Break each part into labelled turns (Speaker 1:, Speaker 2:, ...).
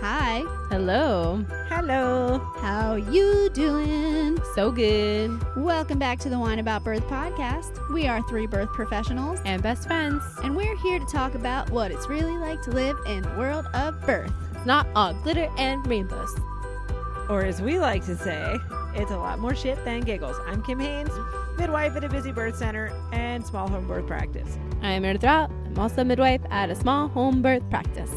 Speaker 1: Hi,
Speaker 2: Hello.
Speaker 3: Hello.
Speaker 1: how you doing?
Speaker 2: So good.
Speaker 1: Welcome back to the Wine About Birth podcast. We are three birth professionals,
Speaker 2: And best friends.
Speaker 1: and we're here to talk about what it's really like to live in the world of birth.
Speaker 2: It's not all glitter and rainbows.
Speaker 3: Or as we like to say, it's a lot more shit than giggles. I'm Kim Haynes, midwife at a busy birth center and small home birth practice.
Speaker 2: I am Meredith Rout. I'm also a midwife at a small home birth practice.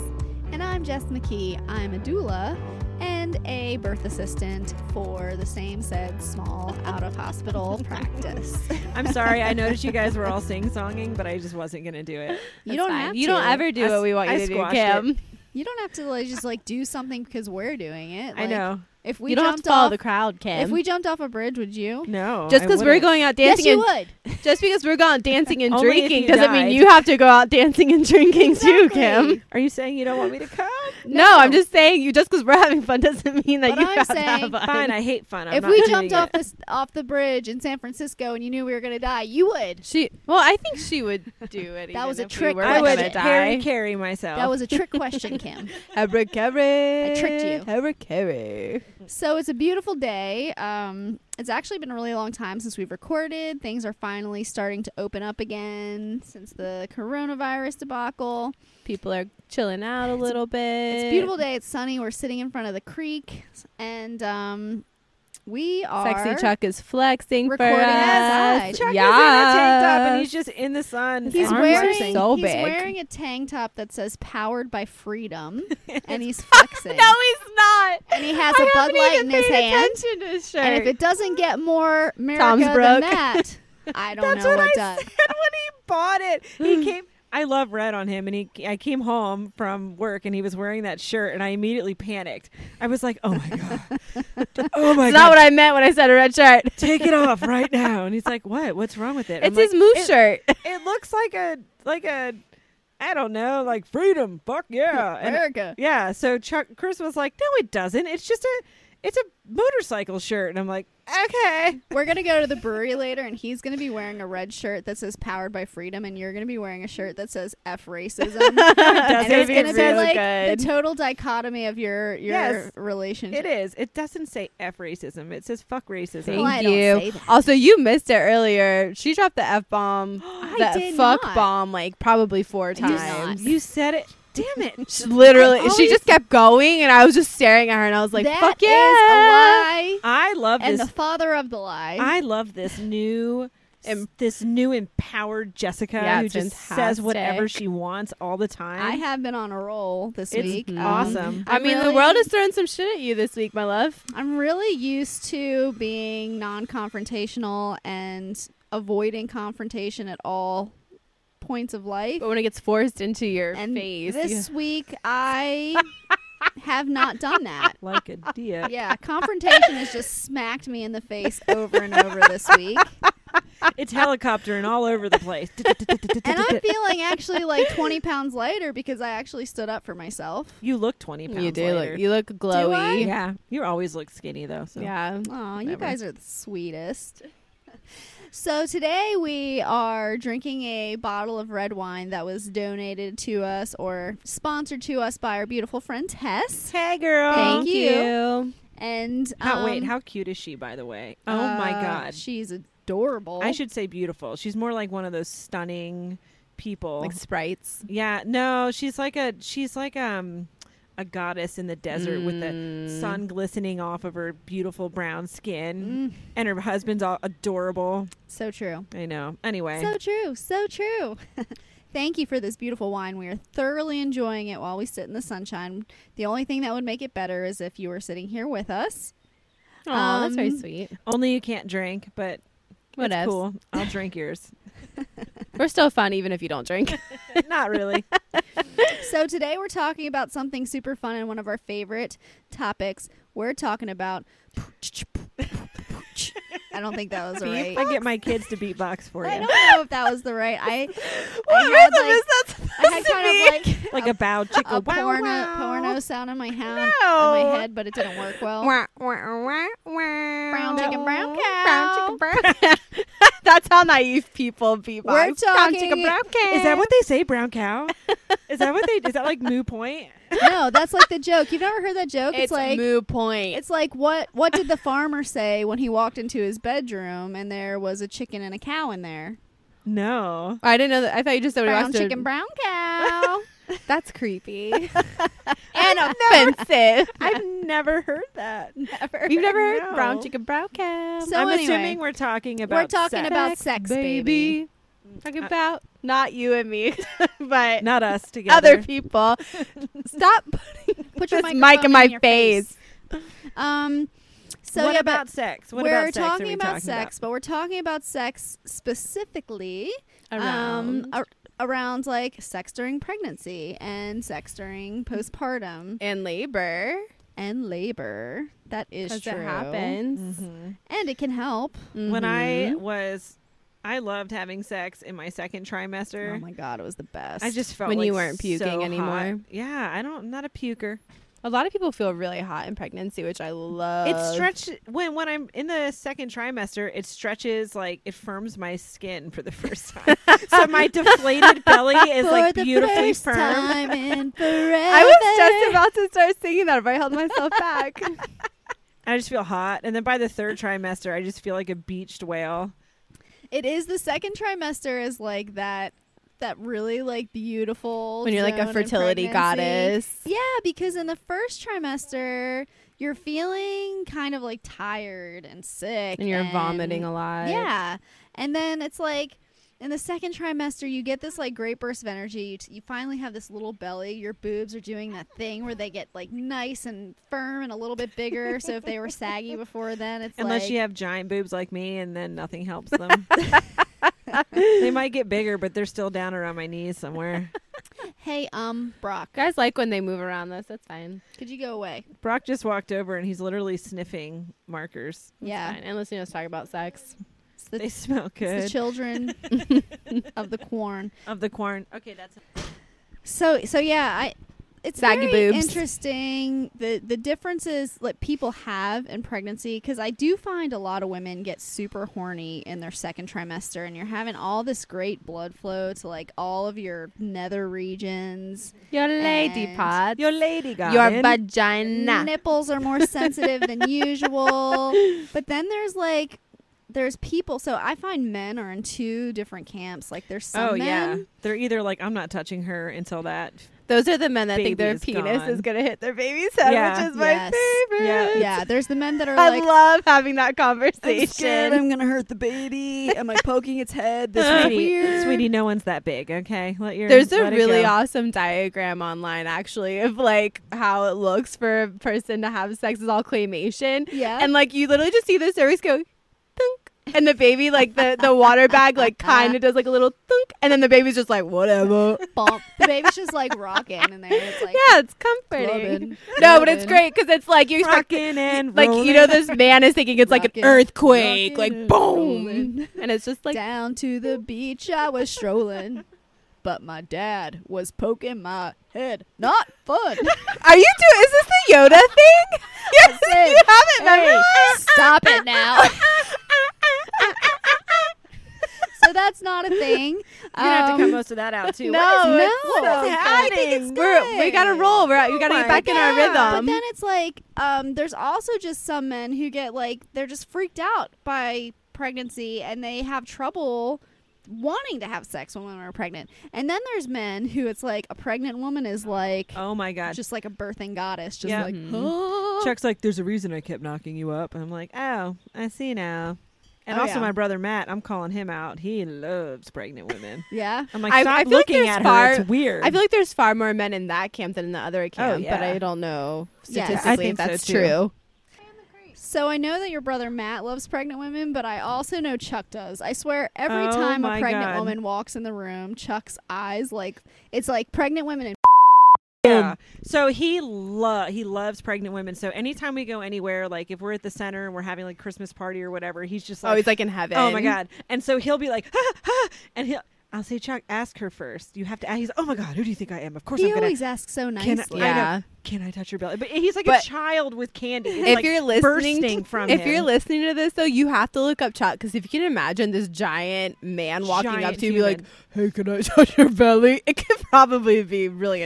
Speaker 1: And I'm Jess McKee. I'm a doula and a birth assistant for the same said small out of hospital practice.
Speaker 3: I'm sorry, I noticed you guys were all sing-songing, but I just wasn't going to do it.
Speaker 1: You
Speaker 2: That's
Speaker 1: don't
Speaker 2: fine.
Speaker 1: have
Speaker 2: You
Speaker 1: to.
Speaker 2: don't ever do
Speaker 3: I
Speaker 2: what
Speaker 3: s-
Speaker 2: we want
Speaker 3: I
Speaker 2: you to do,
Speaker 3: squashed
Speaker 2: Kim.
Speaker 1: You don't have to like, just like do something because we're doing it.
Speaker 3: I
Speaker 1: Like,
Speaker 3: know.
Speaker 1: If we
Speaker 2: you don't have
Speaker 1: jumped
Speaker 2: to follow
Speaker 1: off,
Speaker 2: the crowd, Kim.
Speaker 1: if we jumped off a bridge, would you?
Speaker 3: No.
Speaker 2: just
Speaker 3: I
Speaker 2: because we're
Speaker 3: wouldn't.
Speaker 2: going out
Speaker 1: yes,
Speaker 2: dancing
Speaker 1: you would.
Speaker 2: and just because we're going out dancing and
Speaker 3: Only if
Speaker 2: drinking
Speaker 3: you
Speaker 2: doesn't
Speaker 3: died.
Speaker 2: mean you have to go out dancing and drinking too, Kim.
Speaker 1: Exactly.
Speaker 3: Are you saying you don't want me to come?
Speaker 2: No, I'm just saying you just because we're having fun doesn't mean that
Speaker 1: But
Speaker 2: you
Speaker 1: I'm
Speaker 2: have to
Speaker 1: saying-
Speaker 2: have fun.
Speaker 3: Fine, I hate fun. I'm
Speaker 1: if
Speaker 3: not
Speaker 1: we
Speaker 3: doing
Speaker 1: jumped
Speaker 3: it.
Speaker 1: off this off the bridge in San Francisco and you knew we were gonna die, you would.
Speaker 2: She well, I think she would do it.
Speaker 1: That was
Speaker 2: even
Speaker 1: a
Speaker 2: if
Speaker 1: trick
Speaker 2: We were
Speaker 3: I would
Speaker 2: gonna
Speaker 1: question.
Speaker 3: Harry
Speaker 2: die.
Speaker 3: carry myself.
Speaker 1: That was a trick question, Kim.
Speaker 2: Abracabra.
Speaker 1: I tricked you.
Speaker 2: Abracabra.
Speaker 1: so it's a beautiful day. Um, it's actually been a really long time since we've recorded. Things are finally starting to open up again since the coronavirus debacle.
Speaker 2: People are chilling out a little bit.
Speaker 1: It's a beautiful day. It's sunny. We're sitting in front of the creek, and um, we are
Speaker 2: Sexy Chuck is flexing for us.
Speaker 1: recording outside.
Speaker 3: Chuck is in a tank top and he's just in the sun.
Speaker 1: He's
Speaker 2: His arms are
Speaker 1: wearing
Speaker 2: so
Speaker 1: he's
Speaker 2: big.
Speaker 1: wearing a tank top that says "Powered by Freedom," and he's flexing.
Speaker 2: no, he's not.
Speaker 1: And he has
Speaker 2: I
Speaker 1: a Bud
Speaker 2: haven't
Speaker 1: Light
Speaker 2: even
Speaker 1: in his
Speaker 2: paid
Speaker 1: hand.
Speaker 2: attention to his
Speaker 1: And if
Speaker 2: shirt.
Speaker 1: it doesn't get more America than
Speaker 2: broke.
Speaker 1: that, I don't
Speaker 3: That's
Speaker 1: know
Speaker 3: what
Speaker 1: what,
Speaker 3: I
Speaker 1: does.
Speaker 3: said when he bought it. He
Speaker 2: Mm.
Speaker 3: came. I love red on him, and he. I came home from work, and he was wearing that shirt, and I immediately panicked. I was like, "Oh my god! Oh my
Speaker 2: It's
Speaker 3: god!
Speaker 2: not what I meant when I said a red shirt.
Speaker 3: Take it off right now!" And he's like, "What? What's wrong with it?" I'm
Speaker 2: It's his
Speaker 3: like,
Speaker 2: moose
Speaker 3: it,
Speaker 2: shirt.
Speaker 3: It looks like a like a. I don't know, like freedom. Fuck yeah! And-
Speaker 1: America.
Speaker 3: yeah. So Chuck Chris was like, "No, it doesn't. It's just a. It's a motorcycle shirt." And I'm like, "Okay."
Speaker 1: We're gonna go to the brewery later, and he's gonna be wearing a red shirt that says "Powered by Freedom," and you're gonna be wearing a shirt that says "F racism." and
Speaker 2: That'd
Speaker 1: it's
Speaker 2: be
Speaker 1: gonna be
Speaker 2: really
Speaker 1: like
Speaker 2: good.
Speaker 1: the total dichotomy of your your
Speaker 3: Yes,
Speaker 1: relationship.
Speaker 3: It is. It doesn't say F racism. It says fuck racism.
Speaker 2: Thank
Speaker 1: Well, I
Speaker 2: you.
Speaker 1: don't say that.
Speaker 2: Also, you missed it earlier. She dropped the f bomb,
Speaker 1: I
Speaker 2: the
Speaker 1: did
Speaker 2: fuck
Speaker 1: not.
Speaker 2: bomb, like probably four
Speaker 1: did not.
Speaker 2: times.
Speaker 3: You said it. Damn it.
Speaker 2: She literally,
Speaker 1: I
Speaker 2: she
Speaker 1: always-
Speaker 2: just kept going, and I was just staring at her, and I was like,
Speaker 1: That
Speaker 2: "Fuck
Speaker 1: is
Speaker 2: yeah!"
Speaker 1: a lie,
Speaker 3: I love
Speaker 1: and
Speaker 3: this.
Speaker 1: the father of the lie.
Speaker 3: I love this new.
Speaker 2: Em-
Speaker 3: this new empowered Jessica
Speaker 2: Yeah,
Speaker 3: who
Speaker 2: it's
Speaker 3: just says
Speaker 2: fantastic.
Speaker 3: whatever she wants all the time.
Speaker 1: I have been on a roll this
Speaker 3: It's
Speaker 1: week. Um,
Speaker 3: awesome.
Speaker 2: I,
Speaker 1: I'm
Speaker 2: mean, the
Speaker 1: really-
Speaker 2: world is throwing some shit at you this week, my love.
Speaker 1: I'm really used to being non-confrontational and avoiding confrontation at all points of life.
Speaker 2: But when it gets forced into your
Speaker 1: And
Speaker 2: face,
Speaker 1: this week, I have not done that.
Speaker 3: like a deer.
Speaker 1: Yeah, confrontation has just smacked me in the face over and over this week,
Speaker 3: It's helicoptering all over the place.
Speaker 1: and I'm feeling actually like 20 pounds lighter because I actually stood up for myself.
Speaker 3: you look 20
Speaker 2: you,
Speaker 3: pounds
Speaker 2: you do
Speaker 3: lighter.
Speaker 2: look, you look glowy. Yeah.
Speaker 3: yeah. You always look skinny though.
Speaker 1: Oh,
Speaker 3: So.
Speaker 1: you
Speaker 2: Whatever.
Speaker 1: guys are the sweetest. So today we are drinking a bottle of red wine that was donated to us or sponsored to us by our beautiful friend Tess.
Speaker 3: Hey girl.
Speaker 1: Thank
Speaker 2: Thank
Speaker 1: you.
Speaker 2: you.
Speaker 1: And
Speaker 3: How, wait,
Speaker 1: um,
Speaker 3: how cute is she by the way? Oh my
Speaker 1: uh,
Speaker 3: god.
Speaker 1: she's adorable.
Speaker 3: I should say beautiful. She's more like one of those stunning people.
Speaker 2: Like sprites.
Speaker 3: Yeah, no, she's like a she's like um a goddess in the desert with the
Speaker 2: Mm.
Speaker 3: sun glistening off of her beautiful brown skin,
Speaker 1: Mm,
Speaker 3: and her husband's all adorable.
Speaker 1: so true.
Speaker 3: I know. Anyway,
Speaker 1: So true. So true. Thank you for this beautiful wine. We are thoroughly enjoying it while we sit in the sunshine. The only thing that would make it better is if you were sitting here with us.
Speaker 2: Oh, that's very
Speaker 1: Um,
Speaker 2: sweet.
Speaker 3: only you can't drink, but
Speaker 2: What
Speaker 3: it's cool. I'll drink yours.
Speaker 2: We're still fun even if you don't drink.
Speaker 3: Not really.
Speaker 1: So today we're talking about something super fun and one of our favorite topics. We're talking about. I don't think that was the right.
Speaker 3: I get my kids to beatbox for
Speaker 1: I
Speaker 3: you,
Speaker 1: don't know if that was the right. I
Speaker 2: what
Speaker 1: had,
Speaker 2: rhythm
Speaker 1: like-
Speaker 2: is that supposed
Speaker 1: I had
Speaker 2: to be?
Speaker 1: kind of like
Speaker 3: like a bow
Speaker 1: a
Speaker 3: chicka wow
Speaker 1: porno
Speaker 3: wow.
Speaker 1: porno sound in my hand
Speaker 2: No.
Speaker 1: in my head, but it didn't work well.
Speaker 2: Brown
Speaker 1: chicken, brown cow.
Speaker 2: brown chicken, brown. That's how
Speaker 4: naive people be.
Speaker 1: We're
Speaker 4: vibes. Brown chicken,
Speaker 1: talking-
Speaker 4: brown
Speaker 3: Is that
Speaker 4: cow.
Speaker 3: what they say, brown cow? Is that what they? Is that like Moo Point?
Speaker 1: no, that's like the joke. You've never heard that joke?
Speaker 4: It's,
Speaker 1: like
Speaker 4: moo point.
Speaker 1: it's like what what did the farmer say when he walked into his bedroom and there was a chicken and a cow in there?
Speaker 3: No.
Speaker 2: I didn't know that. I thought you just said
Speaker 1: Brown chicken, brown cow.
Speaker 2: That's creepy.
Speaker 4: and offensive.
Speaker 3: I've never heard that.
Speaker 1: Never.
Speaker 2: You've never heard
Speaker 3: No.
Speaker 2: brown chicken, brown cow.
Speaker 1: So
Speaker 3: I'm
Speaker 1: anyway,
Speaker 3: assuming we're talking about.
Speaker 1: we're talking
Speaker 3: sex.
Speaker 1: about sex, baby.
Speaker 2: Talking
Speaker 3: Uh,
Speaker 2: about
Speaker 4: Not you and me, but
Speaker 3: not us together.
Speaker 4: other people. Stop putting
Speaker 1: Put your
Speaker 4: this mic
Speaker 1: microphone
Speaker 4: in my
Speaker 1: your
Speaker 4: face.
Speaker 1: Um. So
Speaker 3: what
Speaker 1: yeah, but
Speaker 3: about sex? What
Speaker 1: we're
Speaker 3: about sex?
Speaker 1: talking
Speaker 3: are we
Speaker 1: about
Speaker 3: talking
Speaker 1: sex, but we're talking about sex specifically
Speaker 2: around.
Speaker 1: um ar- around like sex during pregnancy and sex during postpartum
Speaker 4: In labor.
Speaker 1: and labor. That is
Speaker 2: Because
Speaker 1: true.
Speaker 2: it happens.
Speaker 3: Mhm.
Speaker 1: And it can help. Mm-hmm.
Speaker 3: When I was, I loved having sex in my second trimester.
Speaker 1: Oh my god, it was the best.
Speaker 3: I just felt
Speaker 2: When you
Speaker 3: like
Speaker 2: weren't puking
Speaker 3: so hot.
Speaker 2: anymore.
Speaker 3: Yeah, I don't. I'm not a puker.
Speaker 2: A lot of people feel really hot in pregnancy, which I love.
Speaker 1: Uh,
Speaker 3: it stretches when when I'm in the second trimester. It stretches like it firms my skin for the first time. so my deflated belly is
Speaker 1: for
Speaker 3: like
Speaker 1: the
Speaker 3: beautifully
Speaker 1: first
Speaker 3: firm.
Speaker 1: time in forever.
Speaker 2: I was just about to start singing that, but I held myself back.
Speaker 3: I just feel hot, and then by the third trimester, I just feel like a beached whale.
Speaker 1: It is the second trimester is like that that really like beautiful
Speaker 2: when you're like
Speaker 1: zone
Speaker 2: a
Speaker 1: in
Speaker 2: fertility
Speaker 1: pregnancy.
Speaker 2: goddess.
Speaker 1: Yeah, because in the first trimester you're feeling kind of like tired and sick
Speaker 2: And you're vomiting a lot.
Speaker 1: Yeah. And then it's like in the second trimester you get this like great burst of energy. You, t- you finally have this little belly. Your boobs are doing that thing where they get like nice and firm and a little bit bigger. so if they were saggy before then it's
Speaker 3: Unless
Speaker 1: like
Speaker 3: you have giant boobs like me, and then nothing helps them. they might get bigger, but they're still down around my knees somewhere.
Speaker 1: hey um Brock,
Speaker 2: Guys like when they move around this. That's fine.
Speaker 1: could you go away?
Speaker 3: Brock just walked over, and he's literally sniffing markers.
Speaker 2: That's
Speaker 1: yeah.
Speaker 2: Fine. And listening to us talk about sex.
Speaker 1: It's the,
Speaker 3: They smell
Speaker 1: it's the
Speaker 3: good
Speaker 1: children of the corn.
Speaker 3: of the corn. Okay, that's
Speaker 1: So so yeah, I it's
Speaker 2: Saggy
Speaker 1: very
Speaker 2: boobs.
Speaker 1: interesting the the differences that people have in pregnancy because I do find a lot of women get super horny in their second trimester and you're having all this great blood flow to like all of your nether regions.
Speaker 2: Your lady
Speaker 1: And-
Speaker 2: pod.
Speaker 3: your lady got
Speaker 2: Your
Speaker 3: it.
Speaker 2: vagina.
Speaker 1: Nipples are more sensitive than usual. But then there's like there's people so I find men are in two different camps. Like there's some
Speaker 3: Oh yeah,
Speaker 1: men
Speaker 3: they're either like I'm not touching her until that.
Speaker 2: Those are the men that think their
Speaker 3: Baby's
Speaker 2: penis
Speaker 3: gone.
Speaker 2: is going to hit their baby's head,
Speaker 3: Yeah.
Speaker 2: which is my
Speaker 1: Yes.
Speaker 2: favorite.
Speaker 3: Yeah.
Speaker 1: Yeah, there's the men that are
Speaker 2: I
Speaker 1: like
Speaker 2: love having that
Speaker 1: I'm scared
Speaker 2: conversation.
Speaker 1: I'm gonna hurt the baby. Am I poking its head? This is
Speaker 3: sweetie,
Speaker 1: weird.
Speaker 3: sweetie, no one's that big. Okay, let your
Speaker 2: There's a
Speaker 3: let it
Speaker 2: really
Speaker 3: go.
Speaker 2: awesome diagram online, actually, of like how it looks for a person to have sex is all claymation.
Speaker 1: Yeah.
Speaker 2: And like you literally just see the cervix go thunk. And the baby, like the, the water bag, like kind of does like a little thunk. And then the baby's just like, whatever.
Speaker 1: bump. The baby's just like rocking in there. It's like
Speaker 2: yeah, it's comforting.
Speaker 1: rubbing,
Speaker 2: No, but it's
Speaker 1: rubbing.
Speaker 2: great because it's like you expect,
Speaker 3: Rockin' and
Speaker 2: like you know,
Speaker 3: rollin'.
Speaker 2: this man is thinking it's like an
Speaker 1: Rockin',
Speaker 2: earthquake, like
Speaker 3: rockin' and
Speaker 2: boom,
Speaker 1: rollin'.
Speaker 2: and it's just like
Speaker 1: Down to the beach I was strolling, but my dad was poking my head. Not fun.
Speaker 2: Are you doing? Is this the Yoda thing? Yes,
Speaker 1: Listen,
Speaker 2: you haven't
Speaker 1: Hey,
Speaker 2: memorized.
Speaker 1: stop it now. so that's not a thing.
Speaker 3: You have to
Speaker 1: Um,
Speaker 3: cut most of that out too.
Speaker 2: no,
Speaker 3: What is-
Speaker 2: it's-
Speaker 1: what is
Speaker 2: I think it's
Speaker 1: happening?
Speaker 2: We're, we gotta roll. We're out. We gotta
Speaker 3: Oh
Speaker 2: get
Speaker 3: my
Speaker 2: back in our
Speaker 3: God.
Speaker 1: Yeah, But
Speaker 2: rhythm.
Speaker 1: then it's like, um, there's also just some men who get like they're just freaked out by pregnancy and they have trouble wanting to have sex when women are pregnant. And then there's men who it's like a pregnant woman is like
Speaker 3: oh my god,
Speaker 1: just like a birthing goddess, just
Speaker 3: Yeah. Mm-hmm.
Speaker 1: like
Speaker 2: Mhm.
Speaker 1: oh.
Speaker 3: Chuck's like, there's a reason I kept knocking you up. And I'm like, oh, I see now. And
Speaker 1: Oh,
Speaker 3: also
Speaker 1: yeah.
Speaker 3: my brother Matt, I'm calling him out. He loves pregnant women.
Speaker 1: yeah.
Speaker 3: I'm like,
Speaker 2: I-
Speaker 3: stop
Speaker 2: I feel like
Speaker 3: looking
Speaker 2: there's
Speaker 3: at
Speaker 2: far-
Speaker 3: her. It's weird.
Speaker 2: I feel like there's far more men in that camp than in the other camp, but
Speaker 3: yeah.
Speaker 2: I don't know
Speaker 1: Yeah. I
Speaker 2: statistically
Speaker 3: think
Speaker 2: if that's
Speaker 3: so, too.
Speaker 2: true.
Speaker 1: So I know that your brother Matt loves pregnant women, but I also know Chuck does. I swear every
Speaker 3: Oh
Speaker 1: time a
Speaker 3: my
Speaker 1: pregnant
Speaker 3: God.
Speaker 1: woman walks in the room, Chuck's eyes like it's like pregnant women and
Speaker 3: yeah. So he lo- he loves pregnant women. So anytime we go anywhere, like if we're at the center and we're having like Christmas party or whatever, he's just
Speaker 2: Oh,
Speaker 3: like,
Speaker 2: he's like in heaven.
Speaker 3: oh my god. And so he'll be like, and he'll. I'll say, Chuck, ask her first. You have to ask. He's, oh my God, who do you think I am? Of course
Speaker 1: He
Speaker 3: I'm going
Speaker 1: always
Speaker 3: to.
Speaker 1: asks so
Speaker 3: Can I,
Speaker 1: nicely.
Speaker 3: I know.
Speaker 2: Yeah.
Speaker 3: Can I touch your belly? But he's like
Speaker 2: But-
Speaker 3: a child with candy. It's
Speaker 2: if
Speaker 3: like
Speaker 2: you're listening
Speaker 3: bursting
Speaker 2: to,
Speaker 3: from
Speaker 2: if
Speaker 3: him.
Speaker 2: you're listening to this though you have to look up chuck because if you can imagine this giant man walking up
Speaker 3: Giant
Speaker 2: to you and be like hey
Speaker 3: human.
Speaker 2: can i touch your belly it could probably be really
Speaker 1: No,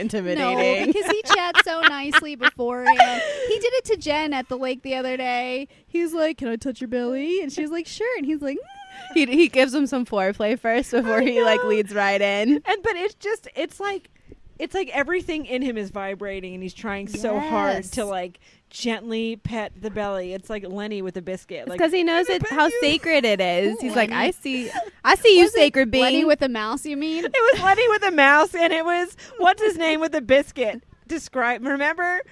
Speaker 2: intimidating
Speaker 1: because he chats so nicely beforehand. He did it to Jen at the lake the other day. He was like, "Can I touch your belly?" And she was like, "Sure." And he's like, "Mm,
Speaker 2: he, he gives him some foreplay first before he like
Speaker 3: know.
Speaker 2: leads right in
Speaker 3: and but it's just it's like it's like everything in him is vibrating and he's trying so hard
Speaker 1: Yes.
Speaker 3: to like gently pet the belly it's like lenny with a biscuit like
Speaker 2: because he knows
Speaker 3: "I'm
Speaker 2: it
Speaker 3: gonna pet
Speaker 2: how
Speaker 3: you."
Speaker 2: sacred it is
Speaker 1: Ooh,
Speaker 2: he's like
Speaker 1: Lenny.
Speaker 2: i see i see you
Speaker 1: Was it
Speaker 2: sacred
Speaker 1: "Lenny
Speaker 2: being
Speaker 1: with a mouse." You mean?
Speaker 3: it was lenny with a mouse and it was what's his name with a biscuit describe remember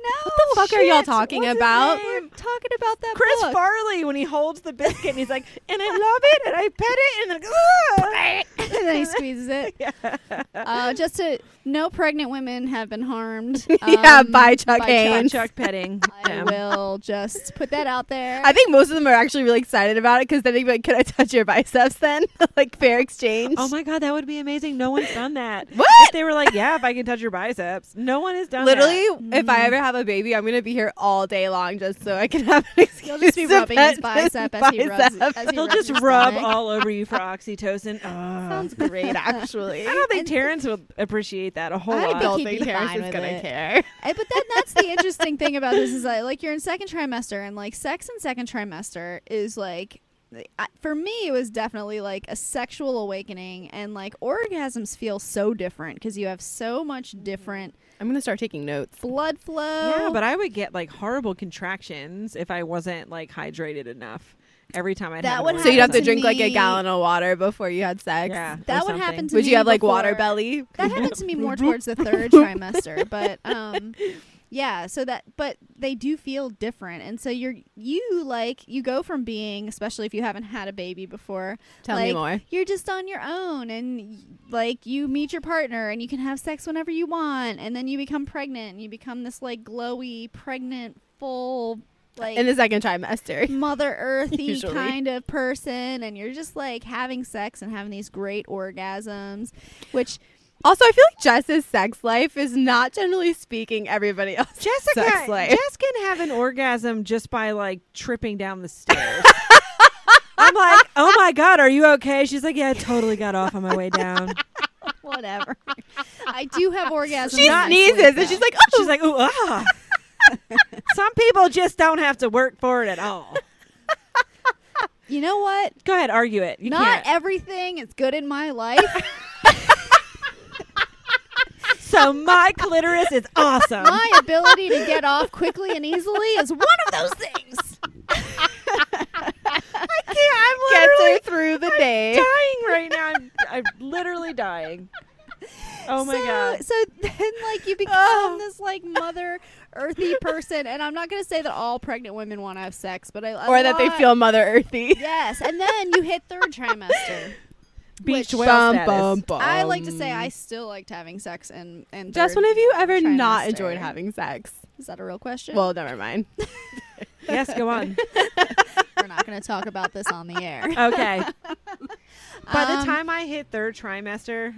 Speaker 1: No. What
Speaker 2: the fuck are y'all talking
Speaker 3: What's his
Speaker 2: about
Speaker 3: name?
Speaker 1: talking about that
Speaker 3: chris
Speaker 1: book?
Speaker 3: farley when he holds the biscuit and he's like and i love it and i pet it and then
Speaker 1: and then he squeezes it. Uh, just to no pregnant women have been harmed.
Speaker 2: Yeah,
Speaker 1: um,
Speaker 2: by Chuck Haynes.
Speaker 3: chuck petting
Speaker 1: I will just put that out there.
Speaker 2: I think most of them are actually really excited about it because then they'd be like, "Can I touch your biceps?" Then, like fair exchange.
Speaker 3: oh my god that would be amazing no one's done that
Speaker 2: What?
Speaker 3: If they were like yeah if i can touch your biceps no one has done that.
Speaker 2: Literally, if I ever have a baby, I'm gonna be here all day long just so I can have an excuse.
Speaker 1: You'll just be
Speaker 2: to
Speaker 1: rubbing his
Speaker 2: pet his
Speaker 1: bicep as he rubs.
Speaker 2: bicep.
Speaker 1: As he
Speaker 3: They'll
Speaker 1: rubs
Speaker 3: just
Speaker 1: your
Speaker 3: rub
Speaker 1: stomach.
Speaker 3: all over you for oxytocin. Ugh.
Speaker 2: Sounds great, actually.
Speaker 3: I don't think Terrence would appreciate that a whole
Speaker 1: I
Speaker 3: lot.
Speaker 1: think he'd be
Speaker 2: Terrence
Speaker 1: fine
Speaker 2: is
Speaker 1: with
Speaker 2: gonna
Speaker 1: it.
Speaker 2: care.
Speaker 1: Eh, but then that's the interesting thing about this is that like you're in second trimester and like sex in second trimester is like I- for me it was definitely like a sexual awakening and like orgasms feel so different because you have so much different
Speaker 2: I'm gonna start taking notes.
Speaker 1: blood flow
Speaker 3: yeah, but I would get like horrible contractions if I wasn't like hydrated enough every time I'd
Speaker 1: That
Speaker 3: have an
Speaker 1: would
Speaker 3: orgasm.
Speaker 2: So you'd have to
Speaker 1: Happened to
Speaker 2: drink like a
Speaker 1: me-
Speaker 2: gallon of water before you had sex.
Speaker 3: Yeah, or
Speaker 1: that would
Speaker 3: something.
Speaker 1: happen to
Speaker 2: Would
Speaker 1: me
Speaker 2: you have like
Speaker 1: before-
Speaker 2: water belly?
Speaker 1: that happened to me more towards the third trimester but um yeah so that but they do feel different and so you're you like you go from being especially if you haven't had a baby before
Speaker 2: Tell
Speaker 1: like,
Speaker 2: me more.
Speaker 1: you're just on your own and like you meet your partner and you can have sex whenever you want and then you become pregnant and you become this like glowy pregnant full like
Speaker 2: In the second trimester.
Speaker 1: mother earthy
Speaker 2: Usually.
Speaker 1: kind of person and you're just like having sex and having these great orgasms which
Speaker 2: Also, I feel like Jess's sex life is not generally speaking everybody else's
Speaker 3: Jessica,
Speaker 2: sex life.
Speaker 3: Jess can have an orgasm just by like tripping down the stairs. I'm like, oh my god, are you okay? She's like, yeah, I totally got off on my way down.
Speaker 1: whatever i do have orgasms
Speaker 2: she
Speaker 1: in my
Speaker 2: sneezes
Speaker 1: sleep,
Speaker 2: and
Speaker 1: though.
Speaker 2: she's like, "Oh,
Speaker 3: She's like, ooh, ah. Some people just don't have to work for it at all.
Speaker 1: you know what
Speaker 3: Go ahead, argue it. You
Speaker 1: not
Speaker 3: can't.
Speaker 1: everything is good in my life
Speaker 3: so my clitoris is awesome.
Speaker 1: my ability to get off quickly and easily is one of those things
Speaker 3: I'm
Speaker 2: gets her
Speaker 3: literally
Speaker 2: through the day."
Speaker 3: dying right now. I'm, I'm literally dying. Oh my
Speaker 1: so,
Speaker 3: god.
Speaker 1: So then, like, you become
Speaker 2: Oh.
Speaker 1: this like mother earthy person, and I'm not gonna say that all pregnant women want to have sex, but I a
Speaker 2: or that they
Speaker 1: lot-
Speaker 2: feel Mother Earthy.
Speaker 1: yes. And then you hit third trimester.
Speaker 3: Beach
Speaker 1: which-
Speaker 3: whale status.
Speaker 1: I like to say I still liked having sex, and and
Speaker 2: Um, Jess,
Speaker 1: third
Speaker 2: when have you ever not
Speaker 1: trimester.
Speaker 2: enjoyed having sex?
Speaker 1: Is that a real question?
Speaker 2: Well, never mind.
Speaker 3: Yes, go on.
Speaker 1: we're not gonna talk about this on the air.
Speaker 3: Okay. By the
Speaker 1: Um,
Speaker 3: time I hit third trimester,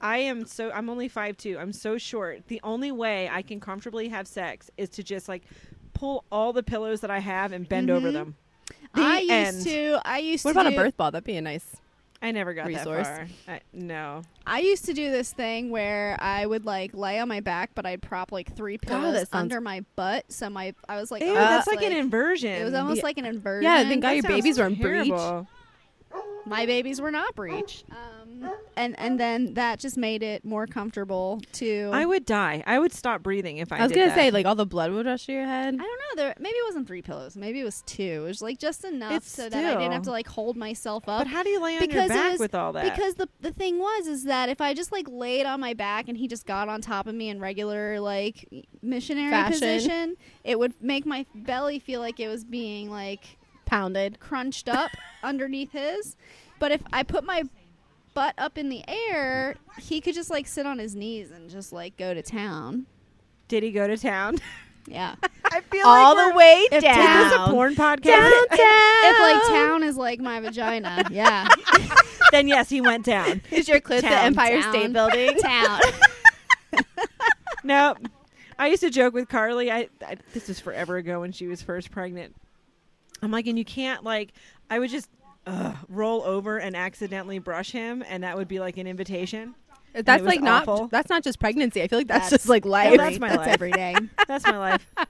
Speaker 3: I am so I'm only five two. I'm so short. The only way I can comfortably have sex is to just like pull all the pillows that I have and bend over
Speaker 1: Mhm.
Speaker 3: them. The
Speaker 1: I used
Speaker 3: end.
Speaker 1: to. I used
Speaker 2: What
Speaker 1: to
Speaker 2: about a
Speaker 1: do-
Speaker 2: birth ball? That'd be a nice.
Speaker 3: I never got
Speaker 2: Resource.
Speaker 3: that far. I, no.
Speaker 1: I used to do this thing where I would like lay on my back, but I'd prop like three
Speaker 2: God,
Speaker 1: pillows
Speaker 2: that sounds-
Speaker 1: under my butt, so my I was like,
Speaker 3: Ew,
Speaker 1: oh,
Speaker 3: that's like, an inversion.
Speaker 1: It was almost like an inversion.
Speaker 2: Yeah, thank God your
Speaker 3: That sounds
Speaker 2: babies were in breach.
Speaker 3: terrible.
Speaker 1: my babies were not breech. Um, and and then that just made it more comfortable to.
Speaker 3: I would die. I would stop breathing if I.
Speaker 2: I, was
Speaker 3: did
Speaker 2: gonna
Speaker 3: that.
Speaker 2: say like all the blood would rush to your head.
Speaker 1: I don't know. There maybe it wasn't three pillows. Maybe it was two. It was like just enough
Speaker 3: It's
Speaker 1: so that I didn't have to
Speaker 3: still-
Speaker 1: like hold myself
Speaker 3: But
Speaker 1: up.
Speaker 3: how do you lay on
Speaker 1: because
Speaker 3: your
Speaker 1: it
Speaker 3: back
Speaker 1: was-
Speaker 3: with all that?
Speaker 1: Because the the thing was is that if I just like laid on my back and he just got on top of me in regular like missionary
Speaker 2: Fashion.
Speaker 1: position, it would make my belly feel like it was being like
Speaker 2: Pounded.
Speaker 1: crunched up underneath his. But if I put my butt up in the air, he could just like sit on his knees and just like go to town.
Speaker 3: Did he go to town?
Speaker 1: Yeah.
Speaker 3: I feel
Speaker 4: all the way
Speaker 1: if
Speaker 4: down.
Speaker 1: this
Speaker 3: Is this a porn podcast?
Speaker 1: If like town is like my vagina, yeah.
Speaker 3: then yes, he went down.
Speaker 4: Is your clit the
Speaker 3: Town,
Speaker 4: Empire
Speaker 1: town.
Speaker 4: State Building?
Speaker 1: town.
Speaker 3: No, I used to joke with Carly. I, I this was forever ago when she was first pregnant. I'm like, and you can't like. I would just uh, roll over and accidentally brush him, and that would be like an invitation.
Speaker 2: That's
Speaker 3: was
Speaker 2: like not.
Speaker 3: awful.
Speaker 2: That's not just pregnancy. I feel like that's,
Speaker 1: That's-
Speaker 2: just like
Speaker 3: Yeah,
Speaker 2: life.
Speaker 3: that's my life.
Speaker 1: every day.
Speaker 3: That's my life.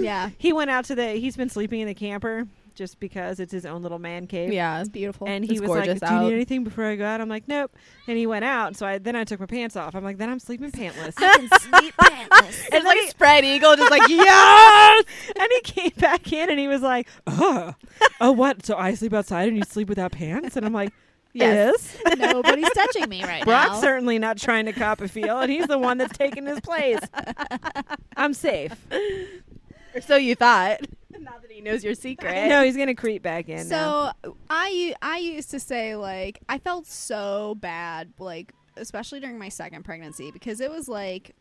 Speaker 1: Yeah.
Speaker 3: He went out to the. He's been sleeping in the camper just because it's his own little man cave.
Speaker 2: yeah.
Speaker 1: It's beautiful.
Speaker 3: And he
Speaker 2: It's
Speaker 3: was like,
Speaker 2: gorgeous
Speaker 3: "Do you
Speaker 2: out.
Speaker 3: need anything before I go out?" I'm like, "Nope." And he went out. So I then I took my pants off. I'm like, "Then I'm sleeping pantless."
Speaker 1: I can sleep pantless.
Speaker 2: It's like spread eagle, just like
Speaker 3: yes! And he came back in and he was like, oh, oh, what? So I sleep outside and you sleep without pants? And I'm like, yes.
Speaker 1: Nobody's touching me right
Speaker 3: Brock's
Speaker 1: now.
Speaker 3: certainly not trying to cop a feel, and he's the one that's taking his place. I'm safe.
Speaker 2: Or so you thought. Now that he knows your secret.
Speaker 3: No, he's gonna creep back in. now.
Speaker 1: So I u- I used to say like I felt so bad like especially during my second pregnancy because it was like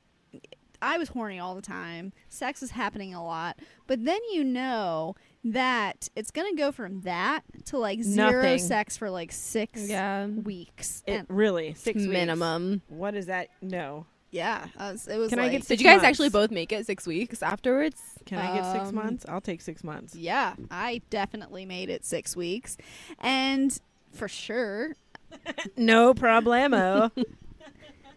Speaker 1: I was horny all the time. Sex was happening a lot, but then you know that it's gonna go from that to like zero
Speaker 3: Nothing.
Speaker 1: sex for like six
Speaker 2: Yeah.
Speaker 1: weeks.
Speaker 3: it
Speaker 1: And-
Speaker 3: really six weeks.
Speaker 2: minimum.
Speaker 3: What is that? No.
Speaker 1: yeah, I was- it was.
Speaker 3: Can I
Speaker 1: like,
Speaker 3: get
Speaker 2: Did
Speaker 3: Six
Speaker 2: you guys
Speaker 3: months.
Speaker 2: actually both make it six weeks afterwards?
Speaker 3: Can I get six
Speaker 1: Um,
Speaker 3: months? I'll take six months.
Speaker 1: Yeah, I definitely made it six weeks, and for sure.
Speaker 3: No problemo.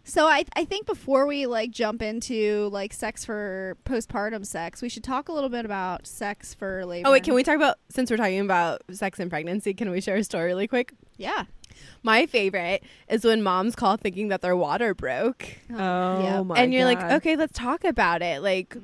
Speaker 1: So I I think before we like jump into like sex for postpartum sex, we should talk a little bit about sex for labor.
Speaker 2: Oh wait, can we talk about since we're talking about sex and pregnancy? Can we share a story really quick?
Speaker 1: Yeah.
Speaker 2: My favorite is when moms call thinking that their water broke,
Speaker 3: oh
Speaker 1: Yeah.
Speaker 3: my!
Speaker 2: and you're
Speaker 3: God.
Speaker 2: like, okay, let's talk about it. Like,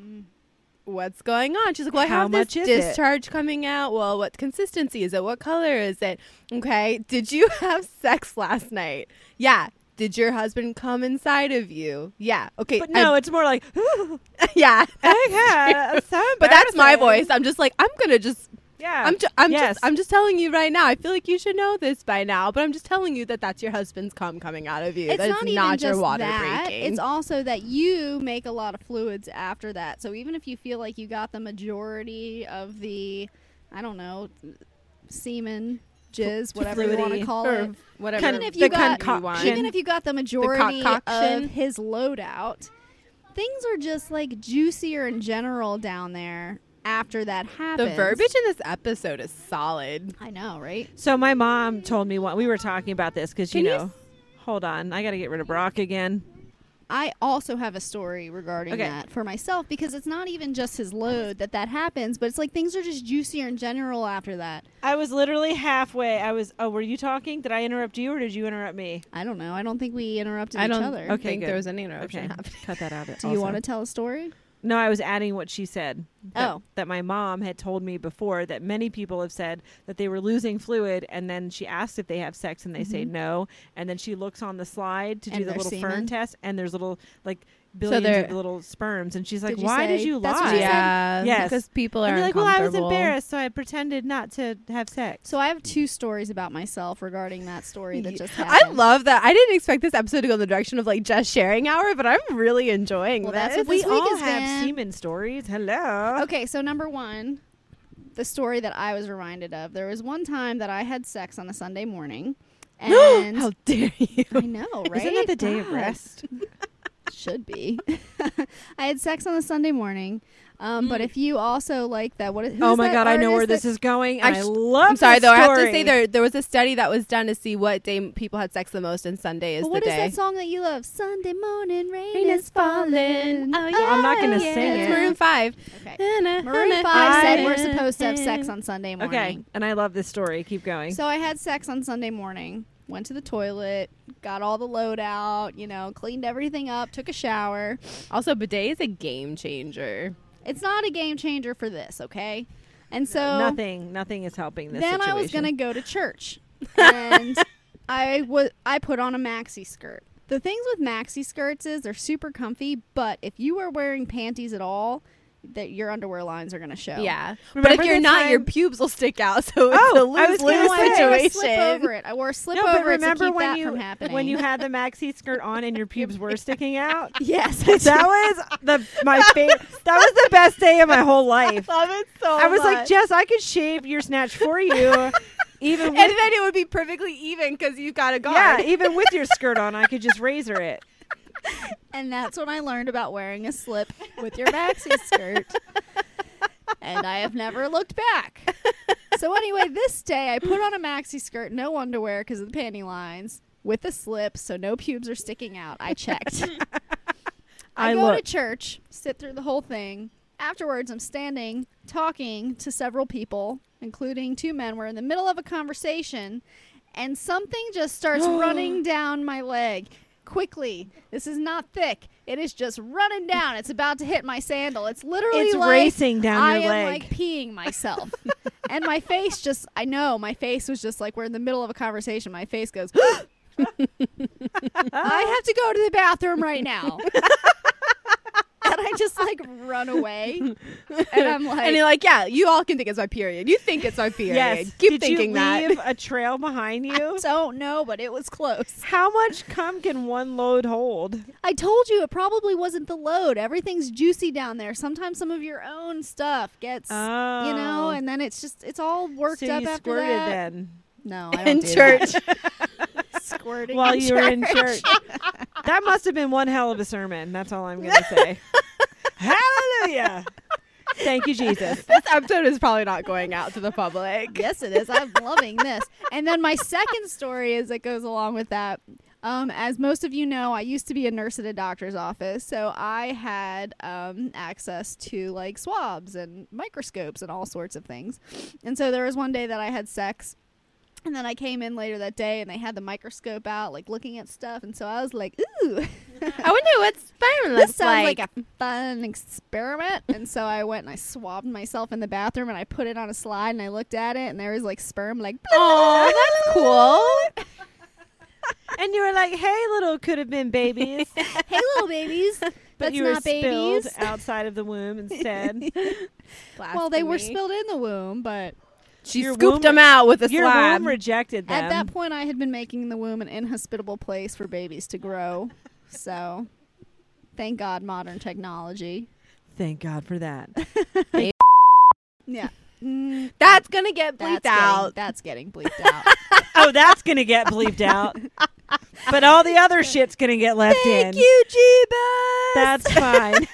Speaker 2: what's going on? She's like, well, I
Speaker 3: How
Speaker 2: have
Speaker 3: much
Speaker 2: this
Speaker 3: is it?
Speaker 2: discharge coming out. Well, what consistency is it? What color is it? Okay, did you have sex last night? Yeah. Did your husband come inside of you? Yeah. Okay.
Speaker 3: But
Speaker 2: I-
Speaker 3: no, it's more like,
Speaker 2: yeah.
Speaker 3: okay, so
Speaker 2: But that's my
Speaker 3: embarrassing.
Speaker 2: voice. I'm just like I'm gonna just
Speaker 1: Oh,
Speaker 3: Yeah,
Speaker 2: I'm, ju- I'm
Speaker 3: Yes.
Speaker 2: just I'm just telling you right now. I feel like you should know this by now, but I'm just telling you that that's your husband's cum coming out of you.
Speaker 1: It's
Speaker 2: that
Speaker 1: not,
Speaker 2: it's
Speaker 1: even
Speaker 2: not
Speaker 1: just
Speaker 2: your water
Speaker 1: that.
Speaker 2: breaking.
Speaker 1: It's also that you make a lot of fluids after that. So even if you feel like you got the majority of the, I don't know, semen, jizz, whatever you want to
Speaker 3: fluidy
Speaker 1: call
Speaker 2: or
Speaker 1: it,
Speaker 2: whatever.
Speaker 1: Even if
Speaker 2: the
Speaker 1: you got-
Speaker 2: concoction.
Speaker 1: even if you got the majority
Speaker 2: concoction.
Speaker 1: of his loadout, things are just like juicier in general down there after that
Speaker 2: the
Speaker 1: happens.
Speaker 2: verbiage in this episode is solid.
Speaker 1: I know, right?
Speaker 3: So my mom told me what we were talking about this because you
Speaker 2: Can you
Speaker 3: know. hold on, I got to get rid of Brock again.
Speaker 1: I also have a story regarding
Speaker 3: Okay.
Speaker 1: that for myself because it's not even just his load that that happens, but it's like things are just juicier in general after that.
Speaker 3: I was literally halfway. I was. Oh, were you talking? Did I interrupt you or did you interrupt me?
Speaker 1: I don't know. I don't think we interrupted
Speaker 2: I don't
Speaker 1: each other.
Speaker 3: Okay,
Speaker 2: think
Speaker 3: good.
Speaker 2: there was any interruption
Speaker 3: Okay,
Speaker 2: happening.
Speaker 3: cut that out.
Speaker 1: Do you want to tell a story?
Speaker 3: No, I was adding what she said. That,
Speaker 1: Oh.
Speaker 3: that my mom had told me before that many people have said that they were losing fluid, and then she asked if they have sex, and they say no, and then she looks on the slide to do
Speaker 1: Mm-hmm. And
Speaker 3: the
Speaker 1: their
Speaker 3: little
Speaker 1: semen?
Speaker 3: fern test, and there's little like billions
Speaker 2: they're-
Speaker 3: of little sperms, and she's like,
Speaker 1: Did you
Speaker 3: "Why did
Speaker 1: say-
Speaker 3: you lie?"
Speaker 1: that's what she said?
Speaker 2: Yeah,
Speaker 3: Yes.
Speaker 2: because people are
Speaker 3: And you're like, well, I was
Speaker 2: uncomfortable.
Speaker 3: embarrassed, so I pretended not to have sex.
Speaker 1: So I have two stories about myself regarding that story that just happened.
Speaker 2: I love that. I didn't expect this episode to go in the direction of like just sharing hour, but I'm really enjoying
Speaker 1: Well,
Speaker 2: this.
Speaker 1: that's what
Speaker 3: we
Speaker 1: this week
Speaker 3: all
Speaker 1: has
Speaker 3: have
Speaker 1: been-
Speaker 3: semen stories. Hello.
Speaker 1: Okay, so number one, the story that I was reminded of. There was one time that I had sex on a Sunday morning, and
Speaker 2: How dare you?
Speaker 1: I know, right?
Speaker 3: Isn't that the day of
Speaker 1: God,
Speaker 3: rest?
Speaker 1: Should be. I had sex on a Sunday morning, um, but if you also like that, what? Who's
Speaker 3: oh my
Speaker 1: that
Speaker 3: god, I know where
Speaker 1: artist
Speaker 3: this
Speaker 1: that-
Speaker 3: is going.
Speaker 2: I
Speaker 3: and I,
Speaker 2: sh-
Speaker 3: love.
Speaker 2: I'm sorry
Speaker 3: this
Speaker 2: though. I have to
Speaker 3: story.
Speaker 2: say there there was a study that was done to see what day people had sex the most, and Sunday is
Speaker 1: Well,
Speaker 2: the
Speaker 1: what is
Speaker 2: day.
Speaker 1: that song that you love? Sunday morning rain,
Speaker 2: Rain
Speaker 1: is
Speaker 2: is
Speaker 1: falling.
Speaker 2: Oh,
Speaker 3: Well, I'm not gonna
Speaker 2: yeah.
Speaker 3: sing
Speaker 2: It's
Speaker 3: it.
Speaker 2: Maroon Five.
Speaker 1: Okay.
Speaker 2: Maroon
Speaker 1: Maroon Five said we're supposed to have sex on Sunday morning.
Speaker 3: Okay, and I love this story. Keep going.
Speaker 1: So I had sex on Sunday morning. Went to the toilet, got all the load out, you know, cleaned everything up, took a shower.
Speaker 2: Also, bidet is a game changer.
Speaker 1: It's not a game changer for this, okay? And so
Speaker 3: nothing, nothing is helping this.
Speaker 1: then I
Speaker 3: situation.
Speaker 1: was gonna go to church, and I was I put on a maxi skirt. The things with maxi skirts is they're super comfy, but if you are wearing panties at all, that your underwear lines are going to show.
Speaker 2: Yeah. but
Speaker 3: Remember
Speaker 2: if you're
Speaker 3: the
Speaker 2: not, your
Speaker 3: time-
Speaker 2: pubes will stick out. So it's
Speaker 3: Oh,
Speaker 2: a
Speaker 3: I was
Speaker 2: lose
Speaker 3: gonna
Speaker 2: lose
Speaker 3: say,
Speaker 1: I wore a
Speaker 2: situation.
Speaker 1: slip over it. I wore a slip
Speaker 3: no,
Speaker 1: over
Speaker 3: but remember
Speaker 1: it to keep
Speaker 3: when
Speaker 1: that
Speaker 3: you
Speaker 1: from happening.
Speaker 3: when you had the maxi skirt on and your pubes were sticking out?
Speaker 1: yes,
Speaker 3: That was the my favorite. That was the best day of my whole life.
Speaker 2: love it so
Speaker 3: I was like,
Speaker 2: much.
Speaker 3: Jess, I could shave your snatch for you, even
Speaker 2: and
Speaker 3: with,
Speaker 2: then it would be perfectly even because you've got a guard.
Speaker 3: yeah, even with your skirt on, I could just razor it.
Speaker 1: and that's when I learned about wearing a slip with your maxi skirt. and I have never looked back. So anyway, this day I put on a maxi skirt, no underwear because of the panty lines, with a slip, so no pubes are sticking out. I checked. I,
Speaker 3: I
Speaker 1: go to
Speaker 3: looked.
Speaker 1: church, sit through the whole thing. Afterwards, I'm standing talking to several people, including two men. We're in the middle of a conversation, and something just starts running down my leg quickly. This is not thick. It is just running down. It's about to hit my sandal. It's literally
Speaker 3: It's
Speaker 1: like
Speaker 3: racing down
Speaker 1: I
Speaker 3: your
Speaker 1: am
Speaker 3: leg.
Speaker 1: like peeing myself. and my face just I know my face was just like we're in the middle of a conversation. My face goes I have to go to the bathroom right now. and I just like run away. And I'm like
Speaker 2: and you're like, yeah, you all can think it's my period. You think it's my period. Keep
Speaker 3: Did
Speaker 2: thinking
Speaker 3: you
Speaker 2: that.
Speaker 3: leave a trail behind you?
Speaker 1: I don't know, but it was close.
Speaker 3: How much cum can one load hold?
Speaker 1: I told you it probably wasn't the load. Everything's juicy down there. Sometimes some of your own stuff gets, you know,
Speaker 3: Oh.
Speaker 1: and then it's just it's all worked
Speaker 3: so
Speaker 1: up
Speaker 3: you
Speaker 1: after
Speaker 3: squirted
Speaker 1: that.
Speaker 3: then
Speaker 1: No, I don't
Speaker 2: in
Speaker 1: do
Speaker 2: church.
Speaker 1: that. squirting
Speaker 3: while
Speaker 1: in
Speaker 3: you were in
Speaker 1: church.
Speaker 3: church. that must have been one hell of a sermon. That's all I'm going to say. Hallelujah. Thank you, Jesus.
Speaker 2: this episode is probably not going out to the public.
Speaker 1: yes, it is. I'm loving this. And then my second story is that goes along with that. Um, as most of you know, I used to be a nurse at a doctor's office, so I had um, access to like swabs and microscopes and all sorts of things. And so there was one day that I had sex. And then I came in later that day and they had the microscope out, like looking at stuff. And so I was like, ooh,
Speaker 4: I wonder what sperm
Speaker 1: this
Speaker 4: looks
Speaker 1: sounds
Speaker 4: like.
Speaker 1: like, a fun experiment. and so I went and I swabbed myself in the bathroom and I put it on a slide and I looked at it and there was like sperm like
Speaker 2: Oh,
Speaker 4: Aw, that's cool.
Speaker 3: And you were like, hey, little could have been babies.
Speaker 1: hey little babies.
Speaker 3: But
Speaker 1: That's
Speaker 3: you were
Speaker 1: not
Speaker 3: spilled
Speaker 1: babies.
Speaker 3: outside of the womb instead.
Speaker 1: Well, they were
Speaker 2: Blasphemy.
Speaker 1: spilled in the womb, but
Speaker 2: She
Speaker 3: Your
Speaker 2: scooped
Speaker 3: womb-
Speaker 2: them out with a
Speaker 3: Your
Speaker 2: slab.
Speaker 3: womb rejected them.
Speaker 1: at that point I had been making the womb an inhospitable place for babies to grow. So thank God modern technology.
Speaker 3: Thank God for that.
Speaker 1: Yeah. Mm,
Speaker 2: that's gonna get
Speaker 1: that's
Speaker 2: bleeped
Speaker 1: Getting,
Speaker 2: out.
Speaker 1: that's getting bleeped out.
Speaker 3: oh, that's going to get bleeped out. But all the other shit's going to get left in.
Speaker 2: you, Jeebus.
Speaker 3: That's fine.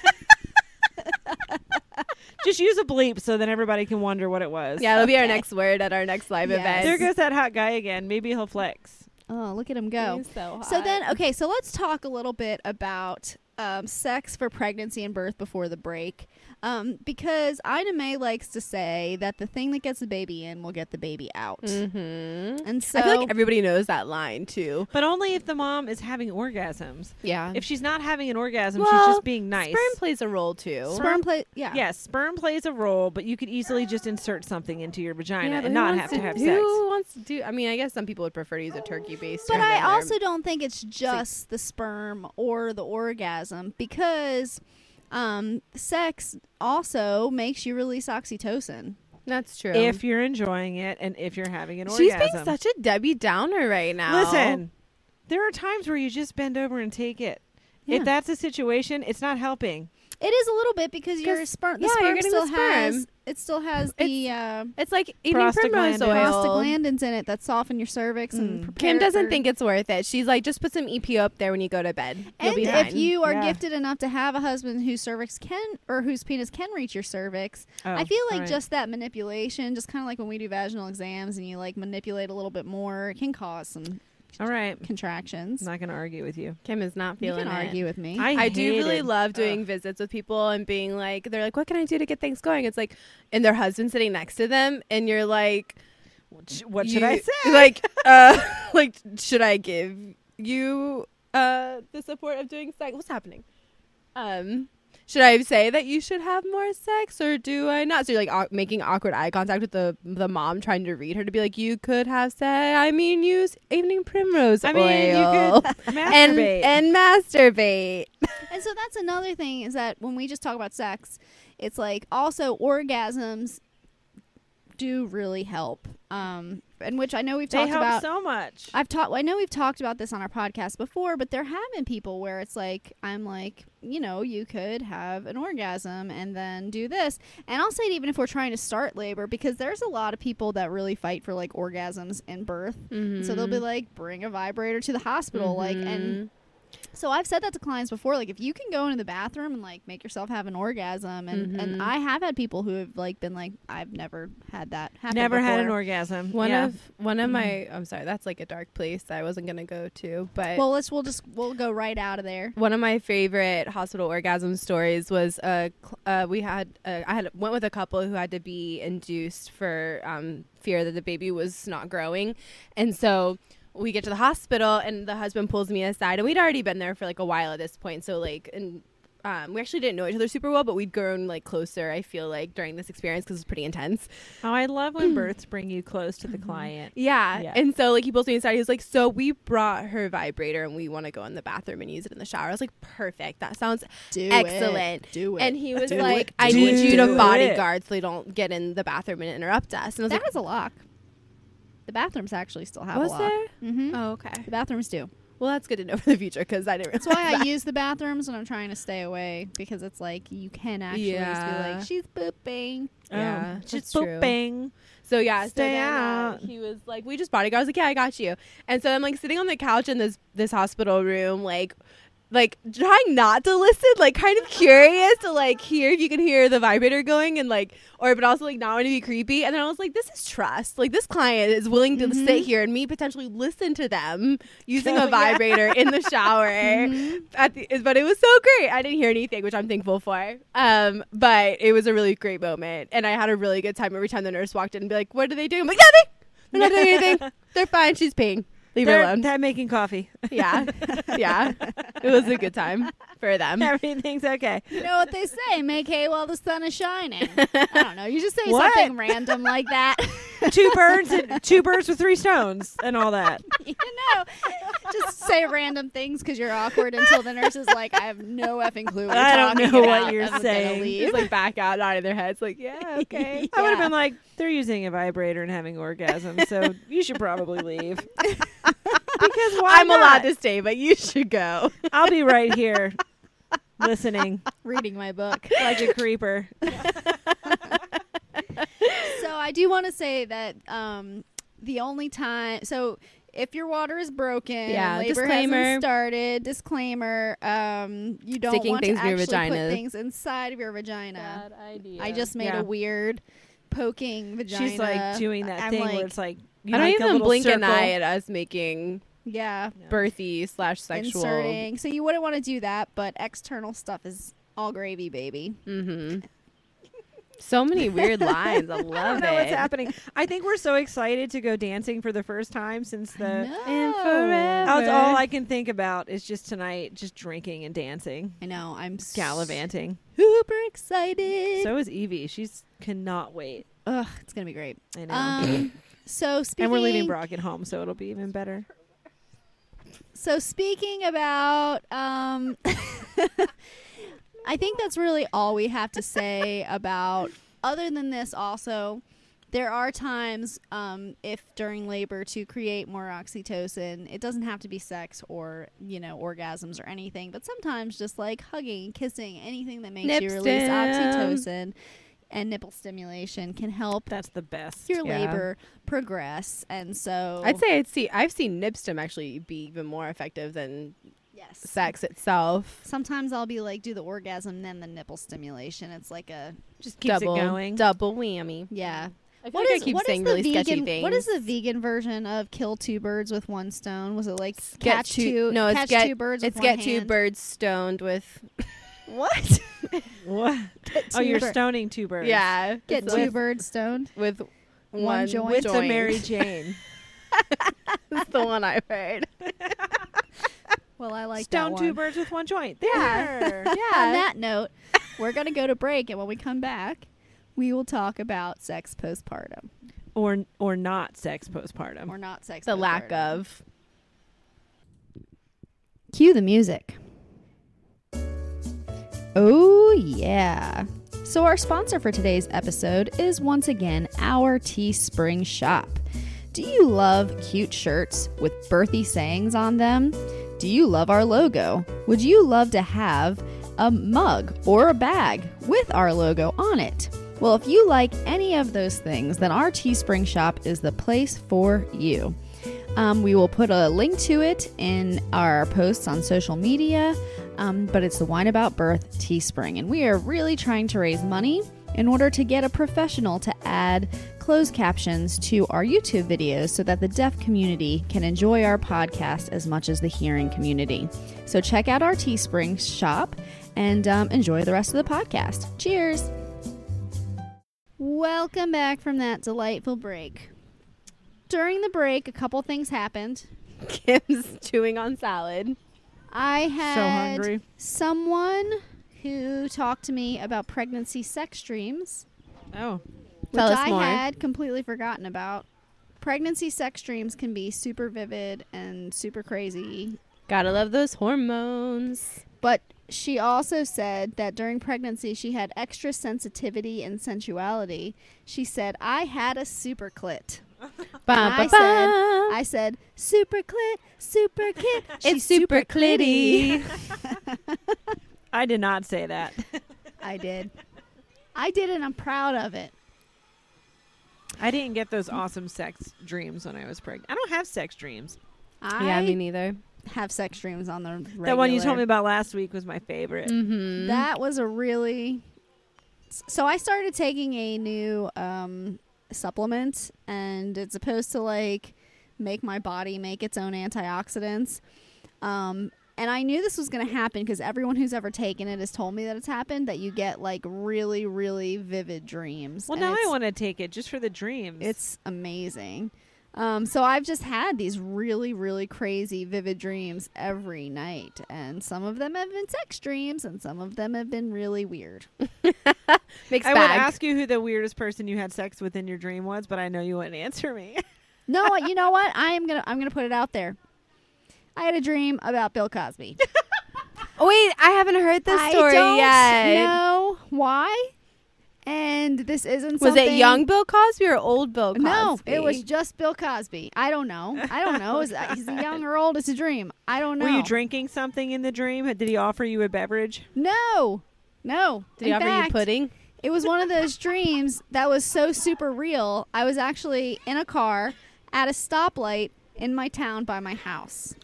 Speaker 3: Just use a bleep so then everybody can wonder what it was.
Speaker 2: yeah, it'll be our next word at our next live
Speaker 1: Yes.
Speaker 2: event.
Speaker 3: There goes that hot guy again. Maybe he'll flex.
Speaker 1: oh, look at him go.
Speaker 2: He's So,
Speaker 1: So
Speaker 2: hot.
Speaker 1: then, okay, so let's talk a little bit about um, sex for pregnancy and birth before the break. Um, because Ina May likes to say that the thing that gets the baby in will get the baby out.
Speaker 2: Mhm.
Speaker 1: And Mm-hmm. so,
Speaker 2: I feel like everybody knows that line too.
Speaker 3: But only if the mom is having orgasms.
Speaker 2: Yeah,
Speaker 3: If she's not having an orgasm,
Speaker 2: Um, Well,
Speaker 3: she's just being nice.
Speaker 2: sperm plays a role too.
Speaker 1: sperm play, yeah.
Speaker 3: yes, sperm plays a role, but you could easily just insert something into your vagina
Speaker 2: but who
Speaker 3: and not
Speaker 2: wants
Speaker 3: have to, have
Speaker 2: who
Speaker 3: sex.
Speaker 2: wants to do? I mean, I guess some people would prefer to use a turkey baster.
Speaker 1: But
Speaker 2: than
Speaker 1: I
Speaker 2: their-
Speaker 1: also don't think it's just the sperm or the orgasm because um, sex also makes you release oxytocin.
Speaker 2: that's true.
Speaker 3: If you're enjoying it and if you're having an
Speaker 2: she's
Speaker 3: orgasm.
Speaker 2: being such a Debbie Downer right now.
Speaker 3: Listen, there are times where you just bend over and take it.
Speaker 1: Yeah.
Speaker 3: If that's a situation, it's not helping.
Speaker 1: It is a little bit because your
Speaker 2: 'Cause-
Speaker 1: sperm, the
Speaker 2: yeah, you're
Speaker 1: sperm
Speaker 2: getting the
Speaker 1: still has
Speaker 2: sperm.
Speaker 1: it still has the uh,
Speaker 2: it's like eating
Speaker 3: Prostaglandin.
Speaker 2: primrose oil.
Speaker 1: prostaglandins in it that soften your cervix and
Speaker 3: Mm.
Speaker 1: prepare
Speaker 2: Kim
Speaker 1: it
Speaker 2: doesn't
Speaker 1: for-
Speaker 2: think it's worth it. She's like, just put some EPO up there when you go to bed. You'll
Speaker 1: and
Speaker 2: be
Speaker 1: if
Speaker 2: fine.
Speaker 1: you are
Speaker 3: Yeah.
Speaker 1: gifted enough to have a husband whose cervix can or whose penis can reach your cervix,
Speaker 3: Oh,
Speaker 1: I feel like
Speaker 3: all right.
Speaker 1: just that manipulation, just kind of like when we do vaginal exams and you like manipulate a little bit more, it can cause some
Speaker 3: All right.
Speaker 1: contractions.
Speaker 3: I'm not going to argue with you.
Speaker 2: Kim is not
Speaker 1: You
Speaker 2: feeling
Speaker 1: can
Speaker 2: it.
Speaker 1: argue with me.
Speaker 3: I,
Speaker 2: I do really
Speaker 3: hated-
Speaker 2: love doing
Speaker 3: Ugh.
Speaker 2: visits with people and being like, they're like, what can I do to get things going? It's like, and their husband's sitting next to them, and you're like,
Speaker 3: Sh- What should I
Speaker 2: you-
Speaker 3: say?
Speaker 2: Like, uh, like, should I give you uh the support of doing sex? What's happening? Um, should I say that you should have more sex, or do I not? So you're like au- making awkward eye contact with the the mom, trying to read her to be like, you could have said, I mean, use evening primrose
Speaker 3: I mean,
Speaker 2: oil
Speaker 3: you could masturbate.
Speaker 2: and and masturbate.
Speaker 1: And so that's another thing is that when we just talk about sex, It's like also orgasms do really help. Um, and which I know we've
Speaker 3: They
Speaker 1: talked
Speaker 3: help
Speaker 1: about.
Speaker 3: so much.
Speaker 1: I've talked. I know we've talked about this on our podcast before, but there have been people where it's like I'm like, you know, you could have an orgasm and then do this. And I'll say it even if we're trying to start labor, because there's a lot of people that really fight for like orgasms in birth.
Speaker 3: Mm-hmm.
Speaker 1: And So they'll
Speaker 3: Mm.
Speaker 1: be like, bring a vibrator to the hospital, like,
Speaker 3: Mm-hmm.
Speaker 1: and
Speaker 2: Mm-hmm.
Speaker 1: so I've said that to clients before. Like, if you can go into the bathroom and like make yourself have an orgasm, and and
Speaker 2: Mhm.
Speaker 3: Mm-hmm.
Speaker 1: I have had people who have like been like, I've never had that happen.
Speaker 3: Never had an
Speaker 1: before."
Speaker 3: orgasm.
Speaker 2: One
Speaker 3: Yeah.
Speaker 2: of one of my
Speaker 1: Mm-hmm.
Speaker 2: I'm sorry, that's like a dark place that I wasn't gonna go to, but
Speaker 1: Well, let's we'll just we'll go right out of there.
Speaker 2: one of my favorite hospital orgasm stories was uh, cl- uh we had uh, I had went with a couple who had to be induced for um fear that the baby was not growing, and so we get to the hospital and the husband pulls me aside and we'd already been there for like a while at this point, so like and. Um, we actually didn't know each other super well, but we'd grown like closer. I feel like during this experience because it was pretty intense.
Speaker 3: Oh, I love when births bring you close to the
Speaker 2: Mm-hmm.
Speaker 3: client.
Speaker 2: Yeah.
Speaker 3: Yeah.
Speaker 2: And so like he pulls me inside. He was like, "So we brought her vibrator and we want to go in the bathroom and use it in the shower." I was like, "Perfect. That sounds
Speaker 1: Do it.
Speaker 2: excellent."
Speaker 1: Do it.
Speaker 2: And he was
Speaker 1: Do it.
Speaker 2: like, "I
Speaker 3: Do
Speaker 2: need
Speaker 3: it.
Speaker 2: you
Speaker 3: Do
Speaker 2: to
Speaker 3: it.
Speaker 2: bodyguard so they don't get in the bathroom and interrupt us." And I was
Speaker 1: that has a lock. The bathrooms actually still have
Speaker 2: like, "Was
Speaker 1: a lock.
Speaker 2: there?"
Speaker 1: hmm
Speaker 2: Oh, okay.
Speaker 1: The bathrooms do.
Speaker 2: Well, that's good to know for the future because I didn't.
Speaker 1: That's why I
Speaker 2: realize
Speaker 1: use the bathrooms when I'm trying to stay away because it's like you can actually just be
Speaker 2: Yeah.
Speaker 1: like, she's pooping.
Speaker 3: Oh,
Speaker 2: Yeah,
Speaker 3: she's
Speaker 2: that's true.
Speaker 3: pooping.
Speaker 2: that. So yeah, so
Speaker 3: Stay
Speaker 2: then, uh,
Speaker 3: out.
Speaker 2: he was like, "We just bodyguard." I was like, "Yeah, I got you." And so I'm like sitting on the couch in this this hospital room, like like trying not to listen, like kind of curious to like hear if you can hear the vibrator going and like or but also like not want to be creepy. And then I was like, this is trust. Like this client is willing to
Speaker 1: Mhm.
Speaker 2: sit here and me potentially listen to them using a
Speaker 3: Oh, yeah.
Speaker 2: vibrator in the shower.
Speaker 1: Mhm.
Speaker 2: At the, but it was so great. I didn't hear anything, which I'm thankful for. Um, but it was a really great moment, and I had a really good time every time the nurse walked in and be like, "What are they doing?" I'm like nothing. They're not doing anything. They're fine. She's peeing. Leave her
Speaker 3: They're,
Speaker 2: alone.
Speaker 3: they're making coffee.
Speaker 2: Yeah. yeah. It was a good time for them.
Speaker 3: Everything's okay.
Speaker 1: You know what they say, make hay while the sun is shining. I don't know. You just say
Speaker 3: What?
Speaker 1: something random like that.
Speaker 3: two birds and two birds with three stones and all that.
Speaker 1: you know, just say random things because you're awkward until the nurse is like, I have no effing clue what you're
Speaker 3: I don't
Speaker 1: talking
Speaker 3: know what
Speaker 1: about.
Speaker 3: you're
Speaker 1: I'm gonna
Speaker 3: saying."
Speaker 1: leave."
Speaker 2: Just like back out, nodding their heads, like, yeah, okay.
Speaker 3: I would have
Speaker 1: Yeah.
Speaker 3: been like, they're using a vibrator and having orgasms, so you should probably leave. because why
Speaker 2: I'm allowed
Speaker 3: not?
Speaker 2: to stay, but you should go.
Speaker 3: I'll be right here listening
Speaker 1: Reading my book.
Speaker 3: like a creeper.
Speaker 1: so I do want to say that um, the only time, so if your water is broken,
Speaker 2: Yeah,
Speaker 1: labor
Speaker 2: disclaimer.
Speaker 1: hasn't started. Disclaimer: um, you don't
Speaker 2: Sticking
Speaker 1: want
Speaker 2: things
Speaker 1: to
Speaker 2: in your
Speaker 1: actually
Speaker 2: vagina.
Speaker 1: put things inside of your vagina.
Speaker 2: idea.
Speaker 1: I just made
Speaker 3: Yeah.
Speaker 1: a weird poking vagina.
Speaker 3: She's like doing that
Speaker 1: I'm
Speaker 3: thing
Speaker 1: like,
Speaker 3: where it's like you
Speaker 2: I don't
Speaker 3: make a
Speaker 2: even
Speaker 3: little
Speaker 2: blink an
Speaker 3: circle.
Speaker 2: eye at us making
Speaker 1: yeah,
Speaker 2: birthy slash sexual.
Speaker 1: inserting. So you wouldn't want to do that, but external stuff is all gravy, baby.
Speaker 2: Mm-hmm. So many weird lines. I love
Speaker 3: I don't know
Speaker 2: it.
Speaker 3: what's happening. I think we're so excited to go dancing for the first time since
Speaker 2: Uh,
Speaker 3: the.
Speaker 2: And
Speaker 1: No.
Speaker 2: forever.
Speaker 3: That's all I can think about is just tonight, just drinking and dancing,
Speaker 1: I know. I'm s-
Speaker 3: gallivanting.
Speaker 1: super excited.
Speaker 3: So is Evie. She's cannot wait.
Speaker 1: Ugh, it's gonna be great.
Speaker 3: I know.
Speaker 1: Um, so speaking,
Speaker 3: and we're leaving Brock at home, so it'll be even better.
Speaker 1: So speaking about, um, I think that's really all we have to say about. Other than this, also, there are times um, if during labor to create more oxytocin. It doesn't have to be sex or you know orgasms or anything, but sometimes just like hugging, kissing, anything that makes you
Speaker 2: Nip
Speaker 1: release
Speaker 2: stim.
Speaker 1: oxytocin and nipple stimulation can help
Speaker 3: That's the best.
Speaker 1: your
Speaker 2: Yeah.
Speaker 1: labor progress. And so
Speaker 2: I'd say I'd see. I've seen Nipstim actually be even more effective than
Speaker 1: yes.
Speaker 2: sex itself.
Speaker 1: Sometimes I'll be like, do the orgasm, then the nipple stimulation. It's like a
Speaker 3: Just keeps
Speaker 2: double,
Speaker 3: it going.
Speaker 2: double whammy.
Speaker 1: yeah.
Speaker 2: I feel
Speaker 1: What
Speaker 2: like
Speaker 1: is-
Speaker 2: I keep
Speaker 1: what is
Speaker 2: saying
Speaker 1: the
Speaker 2: really
Speaker 1: vegan,
Speaker 2: sketchy things.
Speaker 1: What is the vegan version of kill two birds with one stone? Was it like
Speaker 2: Get
Speaker 1: catch
Speaker 2: two-
Speaker 1: two?
Speaker 2: no, it's
Speaker 1: catch
Speaker 2: get-
Speaker 1: two birds.
Speaker 2: It's
Speaker 1: with
Speaker 2: get
Speaker 1: one
Speaker 2: two
Speaker 1: hand?
Speaker 2: birds stoned with.
Speaker 1: What?
Speaker 3: What?
Speaker 1: Get
Speaker 3: Oh,
Speaker 1: two
Speaker 3: you're
Speaker 1: bir-
Speaker 3: stoning two birds.
Speaker 2: Yeah,
Speaker 1: Get
Speaker 2: with,
Speaker 1: two birds stoned.
Speaker 2: with one,
Speaker 1: one joint.
Speaker 2: With
Speaker 3: It's a Mary Jane.
Speaker 2: That's the one I heard.
Speaker 1: Well, I like
Speaker 3: Stone
Speaker 1: that
Speaker 3: two
Speaker 1: one.
Speaker 3: birds with one joint.
Speaker 2: Yeah.
Speaker 3: There.
Speaker 1: On that note, we're gonna go to break, and when we come back, we will talk about sex postpartum
Speaker 3: or or not sex postpartum.
Speaker 1: or not sex.
Speaker 2: the lack
Speaker 1: postpartum.
Speaker 2: of.
Speaker 1: Cue the music. Oh, yeah. So, our sponsor for today's episode is once again our Teespring shop. Do you love cute shirts with birthy sayings on them? Do you love our logo? Would you love to have a mug or a bag with our logo on it? Well, if you like any of those things, then our Teespring shop is the place for you. Um, we will put a link to it in our posts on social media, um, but it's the Wine About Birth Teespring. And we are really trying to raise money in order to get a professional to add closed captions to our YouTube videos so that the deaf community can enjoy our podcast as much as the hearing community. So check out our Teespring shop and um, enjoy the rest of the podcast. Cheers! Welcome back from that delightful break during the break, a couple things happened.
Speaker 2: Kim's chewing on salad.
Speaker 1: I
Speaker 3: so
Speaker 1: had
Speaker 3: hungry.
Speaker 1: someone who talked to me about pregnancy sex dreams,
Speaker 3: Oh,
Speaker 1: which
Speaker 2: Tell us
Speaker 1: I
Speaker 2: more.
Speaker 1: had completely forgotten about. Pregnancy sex dreams can be super vivid and super crazy.
Speaker 2: Gotta love those hormones.
Speaker 1: But she also said that during pregnancy, she had extra sensitivity and sensuality. She said, I had a super clit.
Speaker 2: Bum,
Speaker 1: I
Speaker 2: bum,
Speaker 1: said,
Speaker 2: bum.
Speaker 1: I said, super clit, super clit.
Speaker 2: it's super clitty.
Speaker 3: I did not say that.
Speaker 1: I did. I did, and I'm proud of it.
Speaker 3: I didn't get those awesome sex dreams when I was pregnant. I don't have sex dreams.
Speaker 1: I
Speaker 2: yeah, me neither.
Speaker 1: have sex dreams on the regular.
Speaker 3: That one you told me about last week was my favorite.
Speaker 2: Mm-hmm.
Speaker 1: That was a really. So I started taking a new um, supplement, and it's supposed to like make my body make its own antioxidants. Um, and I knew this was going to happen because everyone who's ever taken it has told me that it's happened. That you get like really, really vivid dreams.
Speaker 3: Well,
Speaker 1: And
Speaker 3: now I
Speaker 1: it's-
Speaker 3: want to take it just for the dreams.
Speaker 1: It's amazing. Um, so I've just had these really, really crazy, vivid dreams every night, and some of them have been sex dreams, and some of them have been really weird.
Speaker 2: Mixed
Speaker 3: I would
Speaker 2: bag.
Speaker 3: ask you who the weirdest person you had sex with in your dream was, but I know you wouldn't answer me.
Speaker 1: No, what- you know what? I am gonna, I'm gonna put it out there. I had a dream about Bill Cosby.
Speaker 2: oh, wait, I haven't heard this
Speaker 1: I
Speaker 2: story
Speaker 1: don't
Speaker 2: yet.
Speaker 1: know why, and this isn't.
Speaker 2: Was
Speaker 1: something-
Speaker 2: it young Bill Cosby or old Bill Cosby?
Speaker 1: No, it was just Bill Cosby. I don't know. I don't know. Is, is he young or old? It's a dream. I don't know.
Speaker 3: Were you drinking something in the dream? Did he offer you a beverage?
Speaker 1: No, no.
Speaker 2: Did he
Speaker 1: In
Speaker 2: offer
Speaker 1: fact,
Speaker 2: you pudding?
Speaker 1: It was one of those dreams that was so super real. I was actually in a car at a stoplight in my town by my house.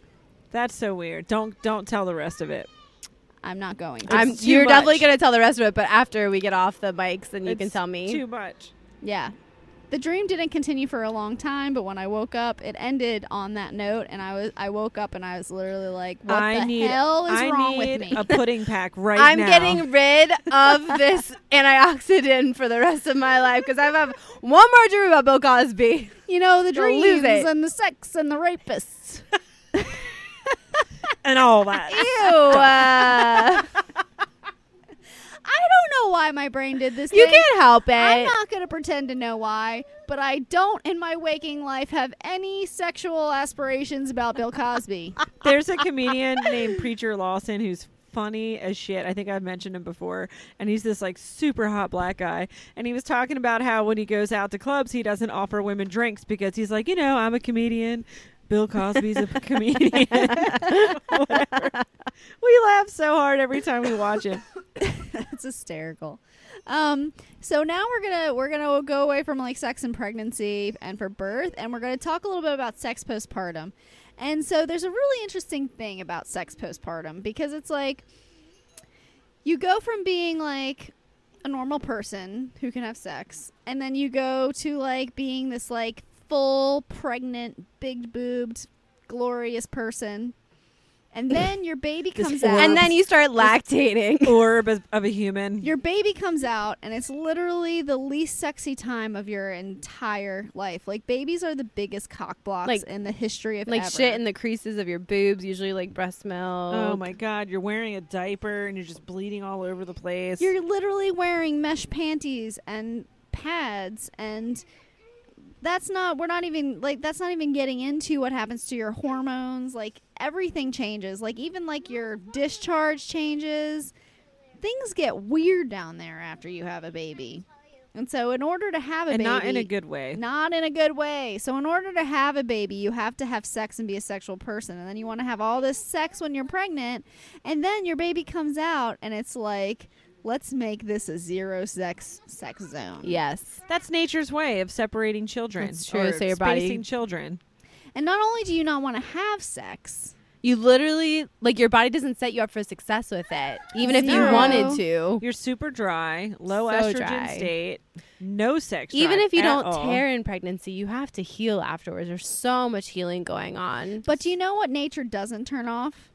Speaker 3: That's so weird. Don't don't tell the rest of it.
Speaker 1: I'm not going. to.
Speaker 2: I'm,
Speaker 3: too
Speaker 2: you're definitely
Speaker 3: much.
Speaker 2: gonna tell the rest of it, but after we get off the mics, then you can
Speaker 3: It's
Speaker 2: tell me.
Speaker 3: too much.
Speaker 1: yeah. The dream didn't continue for a long time, but when I woke up, it ended on that note, and I was I woke up and I was literally like, "What
Speaker 3: I
Speaker 1: the
Speaker 3: need
Speaker 1: hell is
Speaker 3: I
Speaker 1: wrong with
Speaker 3: need
Speaker 1: me?"
Speaker 3: a pudding pack right
Speaker 2: I'm
Speaker 3: now.
Speaker 2: getting rid of this antioxidant for the rest of my life because I have one more dream about Bill Cosby.
Speaker 1: you know, the
Speaker 2: You'll lose
Speaker 1: dreams
Speaker 2: it.
Speaker 1: and the sex and the rapists.
Speaker 3: and all that.
Speaker 2: Ew. uh,
Speaker 1: I don't know why my brain did this.
Speaker 2: you
Speaker 1: thing.
Speaker 2: can't help it.
Speaker 1: I'm not going to pretend to know why, but I don't in my waking life have any sexual aspirations about Bill Cosby.
Speaker 3: There's a comedian named Preacher Lawson who's funny as shit. I think I've mentioned him before. And he's this like super hot black guy. And he was talking about how when he goes out to clubs, he doesn't offer women drinks because he's like, you know, I'm a comedian. Bill Cosby's a comedian. Whatever. we laugh so hard every time we watch it.
Speaker 1: That's hysterical. Um, so now we're gonna we're gonna go away from like sex and pregnancy and for birth, and we're gonna talk a little bit about sex postpartum. And so there's a really interesting thing about sex postpartum because it's like you go from being like a normal person who can have sex and then you go to like being this like full pregnant big boobed glorious person and then your baby
Speaker 3: This
Speaker 1: comes out
Speaker 3: orb.
Speaker 2: and then you start lactating.
Speaker 3: Orb of of a human.
Speaker 1: your baby comes out and it's literally the least sexy time of your entire life like babies are the biggest cock blocks
Speaker 2: Like-
Speaker 1: in the history of
Speaker 2: Like
Speaker 1: ever.
Speaker 2: shit in the creases of your boobs, usually like breast milk.
Speaker 3: Oh my god, you're wearing a diaper and you're just bleeding all over the place.
Speaker 1: You're literally wearing mesh panties and pads and that's not we're not even like that's not even getting into what happens to your hormones like everything changes like even like your discharge changes things get weird down there after you have a baby. And so, in order to have a
Speaker 3: and
Speaker 1: baby,
Speaker 3: not in a good way.
Speaker 1: not in a good way. So, in order to have a baby, you have to have sex and be a sexual person. And then you want to have all this sex when you're pregnant. And then your baby comes out, and it's like, let's make this a zero sex sex zone.
Speaker 2: Yes.
Speaker 3: That's nature's way of separating children.
Speaker 2: That's true,
Speaker 3: or
Speaker 2: so your body-
Speaker 3: spacing children.
Speaker 1: And not only do you not want to have sex,
Speaker 2: You literally like your body doesn't set you up for success with it, even if
Speaker 1: Zero.
Speaker 2: you wanted to.
Speaker 3: You're super dry, low
Speaker 2: So
Speaker 3: estrogen
Speaker 2: dry.
Speaker 3: state, no sex.
Speaker 2: Even
Speaker 3: drive
Speaker 2: if you
Speaker 3: at
Speaker 2: don't
Speaker 3: all.
Speaker 2: tear in pregnancy, you have to heal afterwards. There's so much healing going on.
Speaker 1: but do you know what nature doesn't turn off?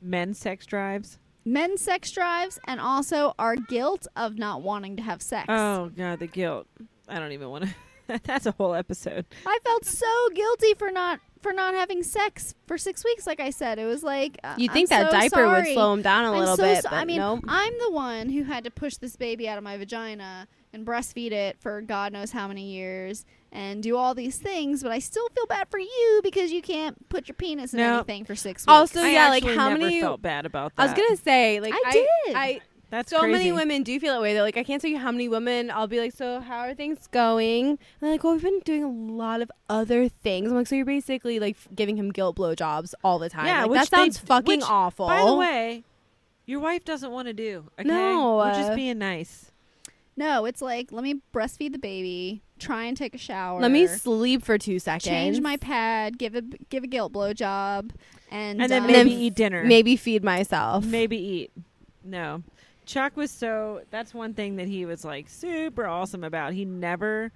Speaker 3: men's sex drives.
Speaker 1: Men's sex drives and also our guilt of not wanting to have sex.
Speaker 3: Oh god, the guilt. I don't even want to. That's a whole episode.
Speaker 1: I felt so guilty for not for not having sex for six weeks. Like I said, it was like uh,
Speaker 2: you think
Speaker 1: I'm
Speaker 2: that
Speaker 1: so
Speaker 2: diaper would
Speaker 1: sorry.
Speaker 2: slow him down a
Speaker 1: I'm
Speaker 2: little
Speaker 1: so
Speaker 2: bit,
Speaker 1: so-
Speaker 2: but
Speaker 1: I mean,
Speaker 2: nope.
Speaker 1: I'm the one who had to push this baby out of my vagina and breastfeed it for God knows how many years and do all these things, but I still feel bad for you because you can't put your penis in
Speaker 3: No.
Speaker 1: anything for six weeks.
Speaker 2: Also,
Speaker 3: I
Speaker 2: yeah, like
Speaker 3: actually
Speaker 2: how
Speaker 3: never
Speaker 2: many?
Speaker 3: felt bad about that.
Speaker 2: I was gonna say, like
Speaker 1: I
Speaker 2: I,
Speaker 1: did.
Speaker 2: I
Speaker 3: That's
Speaker 2: so
Speaker 3: crazy.
Speaker 2: many women do feel that way. They're like, I can't tell you how many women I'll be like, so how are things going? And they're like, well, we've been doing a lot of other things. I'm like, so you're basically like f- giving him guilt blowjobs all the time.
Speaker 3: Yeah,
Speaker 2: like,
Speaker 3: which
Speaker 2: that sounds
Speaker 3: they-
Speaker 2: fucking
Speaker 3: which,
Speaker 2: awful.
Speaker 3: By the way, your wife doesn't want to do. Okay,
Speaker 2: No,
Speaker 3: we're just
Speaker 2: uh,
Speaker 3: being nice.
Speaker 1: no, it's like let me breastfeed the baby, try and take a shower.
Speaker 2: let me sleep for two seconds.
Speaker 1: change my pad, give a give a guilt blowjob, and
Speaker 3: And, then
Speaker 1: um,
Speaker 3: maybe eat dinner.
Speaker 2: maybe feed myself.
Speaker 3: Maybe eat. No. Chuck was so that's one thing that he was like super awesome about. He never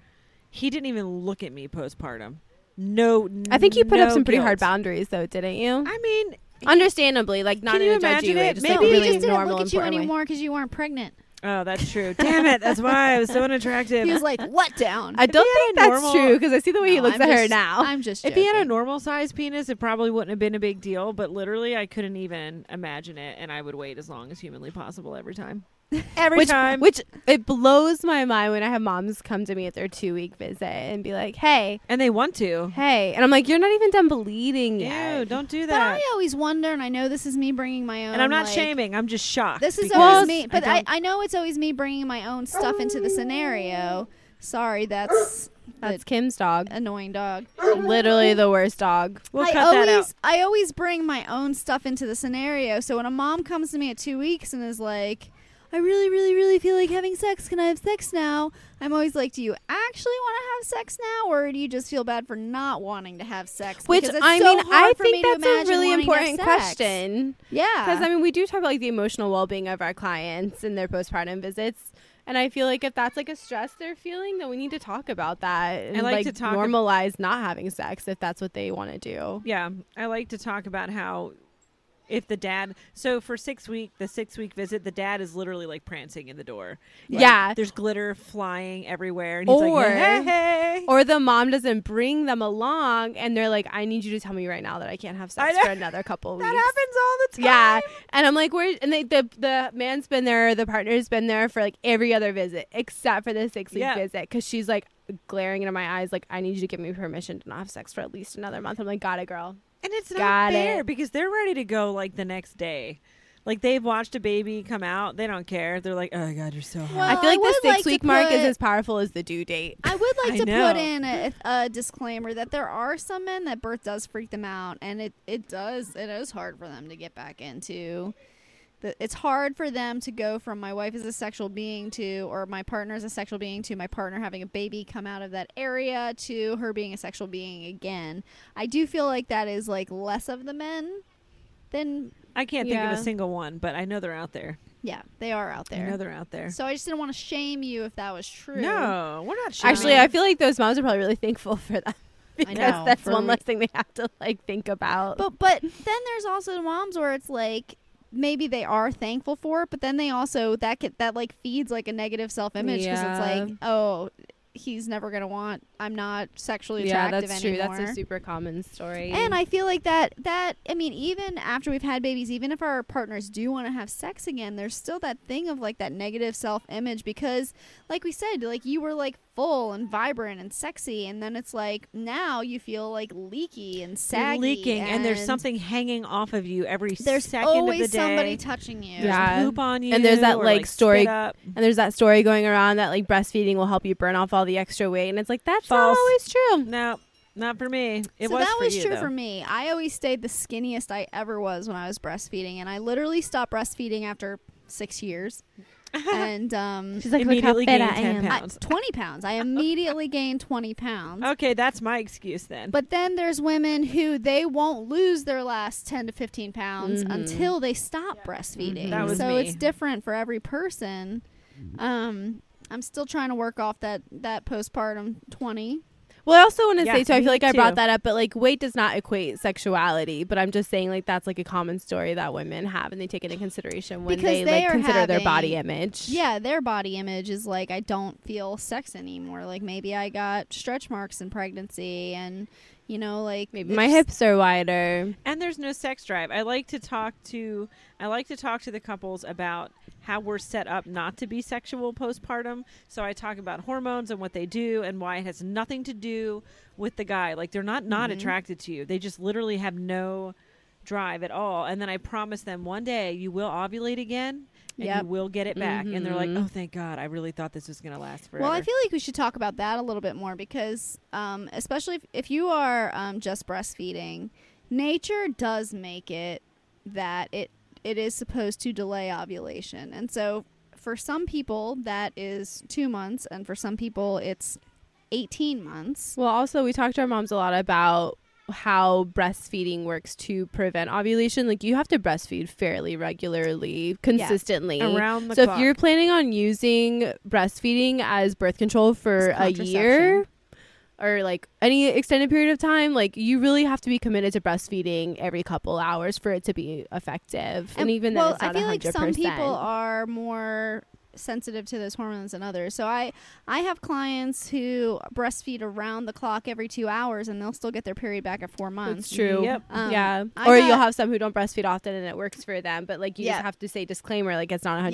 Speaker 3: he didn't even look at me postpartum. No
Speaker 2: I think you put up
Speaker 3: no
Speaker 2: some pretty hard
Speaker 3: guilt.
Speaker 2: boundaries, though, didn't you?
Speaker 3: I mean,
Speaker 2: Understandably, like not
Speaker 3: Can
Speaker 2: in
Speaker 3: you
Speaker 2: a judgy
Speaker 3: imagine
Speaker 2: way,
Speaker 3: it?
Speaker 2: just
Speaker 1: maybe
Speaker 2: like
Speaker 1: he
Speaker 2: really
Speaker 1: just didn't
Speaker 2: normal,
Speaker 1: look at you
Speaker 2: important way.
Speaker 1: anymore because you weren't pregnant.
Speaker 3: oh, that's true. Damn it, that's why I was so unattractive.
Speaker 1: He was like, "What down?"
Speaker 2: I don't
Speaker 3: he had
Speaker 2: think
Speaker 3: a
Speaker 2: that's
Speaker 3: normal-
Speaker 2: true because I see the way he
Speaker 1: No,
Speaker 2: looks
Speaker 1: I'm
Speaker 2: at her
Speaker 1: just-
Speaker 2: now.
Speaker 1: I'm just.
Speaker 3: if he had a
Speaker 1: joking.
Speaker 3: normal sized penis, it probably wouldn't have been a big deal, but literally I couldn't even imagine it and I would wait as long as humanly possible every time. Every
Speaker 2: which,
Speaker 3: time.
Speaker 2: Which it blows my mind when I have moms come to me at their two week visit and be like, "Hey,
Speaker 3: and they want to.
Speaker 2: hey," and I'm like, "You're not even done bleeding yet."
Speaker 3: Ew, don't do
Speaker 1: But
Speaker 3: that.
Speaker 1: I always wonder, and I know this is me bringing my own.
Speaker 3: and I'm not
Speaker 1: Um, like,
Speaker 3: shaming, I'm just shocked.
Speaker 1: This is
Speaker 3: because
Speaker 1: always me, but I,
Speaker 3: don't-
Speaker 1: I know it's always me bringing my own stuff into the scenario. Sorry, that's
Speaker 2: That's
Speaker 1: that
Speaker 2: Kim's dog.
Speaker 1: annoying dog.
Speaker 2: Literally the worst dog.
Speaker 3: we'll
Speaker 1: I
Speaker 3: cut
Speaker 1: always
Speaker 3: that out.
Speaker 1: I always bring my own stuff into the scenario. So when a mom comes to me at two weeks and is like, I really, really, really feel like having sex, can I have sex now? I'm always like, Do you actually want to have sex now or do you just feel bad for not wanting to have sex?
Speaker 2: Which
Speaker 1: Because it's
Speaker 2: I
Speaker 1: so
Speaker 2: mean,
Speaker 1: hard
Speaker 2: I
Speaker 1: for me
Speaker 2: think
Speaker 1: to
Speaker 2: that's a
Speaker 1: imagine
Speaker 2: really
Speaker 1: wanting to have
Speaker 2: important
Speaker 1: sex.
Speaker 2: question.
Speaker 1: Yeah.
Speaker 2: Because I mean, we do talk about like the emotional well being of our clients and their postpartum visits, and I feel like if that's like a stress they're feeling, then we need to talk about that and
Speaker 3: like to talk ab-
Speaker 2: normalize not having sex if that's what they want to do.
Speaker 3: Yeah, I like to talk about how if the dad so for six week the six week visit the dad is literally like prancing in the door Like,
Speaker 2: Yeah.
Speaker 3: there's glitter flying everywhere and he's
Speaker 2: Or-
Speaker 3: like hey, hey.
Speaker 2: Or the mom doesn't bring them along, and they're like, "I need you to tell me right now that I can't have
Speaker 3: I
Speaker 2: sex
Speaker 3: know.
Speaker 2: for another couple weeks."
Speaker 3: that happens all the time
Speaker 2: Yeah, and I'm like, "Where?" And they, the the man's been there, the partner's been there for like every other visit except for the six week
Speaker 3: Yeah.
Speaker 2: visit because she's like glaring into my eyes, like, "I need you to give me permission to not have sex for at least another month." I'm like, "Got it, girl."
Speaker 3: and it's not
Speaker 2: Got
Speaker 3: fair
Speaker 2: it.
Speaker 3: because they're ready to go like the next day like they've watched a baby come out they don't care they're like oh my god you're so hot
Speaker 1: Well,
Speaker 2: I feel like
Speaker 1: I
Speaker 2: the
Speaker 1: would like
Speaker 2: six
Speaker 1: to
Speaker 2: week mark
Speaker 1: put-
Speaker 2: is as powerful as the due date.
Speaker 1: I would like
Speaker 3: I
Speaker 1: to
Speaker 3: know.
Speaker 1: put in a, a disclaimer that there are some men that birth does freak them out, and it, it does it is hard for them to get back into. The, it's hard for them to go from my wife is a sexual being to, or my partner is a sexual being to, my partner having a baby come out of that area to her being a sexual being again. I do feel like that is like less of the men than
Speaker 3: i can't think of
Speaker 2: Yeah.
Speaker 3: a single one but i know they're out there
Speaker 1: yeah they are out
Speaker 3: i know
Speaker 1: there.
Speaker 3: they're out there
Speaker 1: So I just didn't want to shame you if that was true.
Speaker 3: no we're not shaming.
Speaker 2: Actually, I feel like those moms are probably really thankful for that because
Speaker 1: know,
Speaker 2: that's
Speaker 1: for
Speaker 2: one
Speaker 1: re-
Speaker 2: less thing they have to like think about.
Speaker 1: But but then there's also the moms where it's like maybe they are thankful for it, but then they also that get, that like feeds like a negative self image because
Speaker 2: Yeah.
Speaker 1: it's like oh he's never gonna want. I'm not sexually
Speaker 2: yeah,
Speaker 1: attractive
Speaker 2: that's true.
Speaker 1: anymore.
Speaker 2: That's a super common story.
Speaker 1: and I feel like that that I mean, even after we've had babies, even if our partners do want to have sex again, there's still that thing of like that negative self image because, like we said, like you were like full and vibrant and sexy, and then it's like now you feel like leaky and saggy,
Speaker 3: leaking, and, there's something hanging off of you every
Speaker 1: There's
Speaker 3: second
Speaker 1: always
Speaker 3: of the day.
Speaker 1: somebody touching you.
Speaker 3: There's
Speaker 2: Yeah.
Speaker 3: poop on you,
Speaker 2: And there's that,
Speaker 3: or,
Speaker 2: like, story-
Speaker 3: spit up.
Speaker 2: And there's that story going around that like breastfeeding will help you burn off all the extra weight, and it's like that's
Speaker 3: False.
Speaker 2: not always true.
Speaker 3: No, not for me. It
Speaker 1: so
Speaker 3: was
Speaker 1: that
Speaker 3: for
Speaker 1: was
Speaker 3: you,
Speaker 1: true
Speaker 3: though.
Speaker 1: for me. I always stayed the skinniest I ever was when I was breastfeeding, and I literally stopped breastfeeding after six years. and um,
Speaker 4: She's like, look how
Speaker 3: Immediately
Speaker 4: fit I
Speaker 3: gained 10
Speaker 4: am.
Speaker 1: I-
Speaker 3: pounds. Oh.
Speaker 1: twenty pounds. I immediately gained twenty pounds.
Speaker 3: Okay, that's my excuse then.
Speaker 1: But then there's women who they won't lose their last 10 to 15 pounds
Speaker 3: Mm-hmm.
Speaker 2: Mhm.
Speaker 1: until they stop breastfeeding.
Speaker 3: That was
Speaker 1: so
Speaker 3: me.
Speaker 1: it's different for every person. Um, I'm still trying to work off that that postpartum 20.
Speaker 2: Well, I also want to
Speaker 3: Yeah,
Speaker 2: say too. I
Speaker 3: me
Speaker 2: feel like I
Speaker 3: too.
Speaker 2: brought that up, but like weight does not equate sexuality. But I'm just saying like that's like a common story that women have, and they take it into consideration when
Speaker 1: Because
Speaker 2: they,
Speaker 1: they
Speaker 2: like
Speaker 1: are
Speaker 2: consider their body
Speaker 1: having-
Speaker 2: image.
Speaker 1: Yeah, their body image is like I don't feel sex anymore. Like maybe I got stretch marks in pregnancy and you know like
Speaker 2: maybe my
Speaker 1: it's-
Speaker 2: hips are wider.
Speaker 3: and there's no sex drive. I like to talk to I like to talk to the couples about how we're set up not to be sexual postpartum. So I talk about hormones and what they do and why it has nothing to do with the guy. Like they're not not attracted to you. They just literally have no drive at all. And then I promise them one day you will ovulate again and
Speaker 1: Yep.
Speaker 3: you will get it back. And they're like,
Speaker 2: Mhm.
Speaker 3: "Oh, thank God. I really thought this was going to last forever."
Speaker 1: Well, I feel like we should talk about that a little bit more because, um, especially if, if you are um, just breastfeeding, nature does make it that it it is supposed to delay ovulation, and so for some people that is two months, and for some people it's eighteen months.
Speaker 2: Well, also we talked to our moms a lot about how breastfeeding works to prevent ovulation. Like you have to breastfeed fairly regularly, consistently.
Speaker 3: around the
Speaker 2: so
Speaker 3: clock.
Speaker 2: if you're planning on using breastfeeding as birth control for
Speaker 1: It's
Speaker 2: a year or like any extended period of time, like you really have to be committed to breastfeeding every couple hours for it to be effective. And, even
Speaker 1: well,
Speaker 2: then, it's not
Speaker 1: I feel
Speaker 2: 100%.
Speaker 1: like some people are more sensitive to those hormones than others. So I I have clients who breastfeed around the clock every two hours, and they'll still get their period back at four months.
Speaker 2: That's true.
Speaker 3: Yep.
Speaker 1: Um,
Speaker 2: yeah.
Speaker 1: I
Speaker 2: or
Speaker 1: got-
Speaker 2: you'll have some who don't breastfeed often and it works for them, but like you
Speaker 1: Yeah.
Speaker 2: just have to say disclaimer, like it's not 100%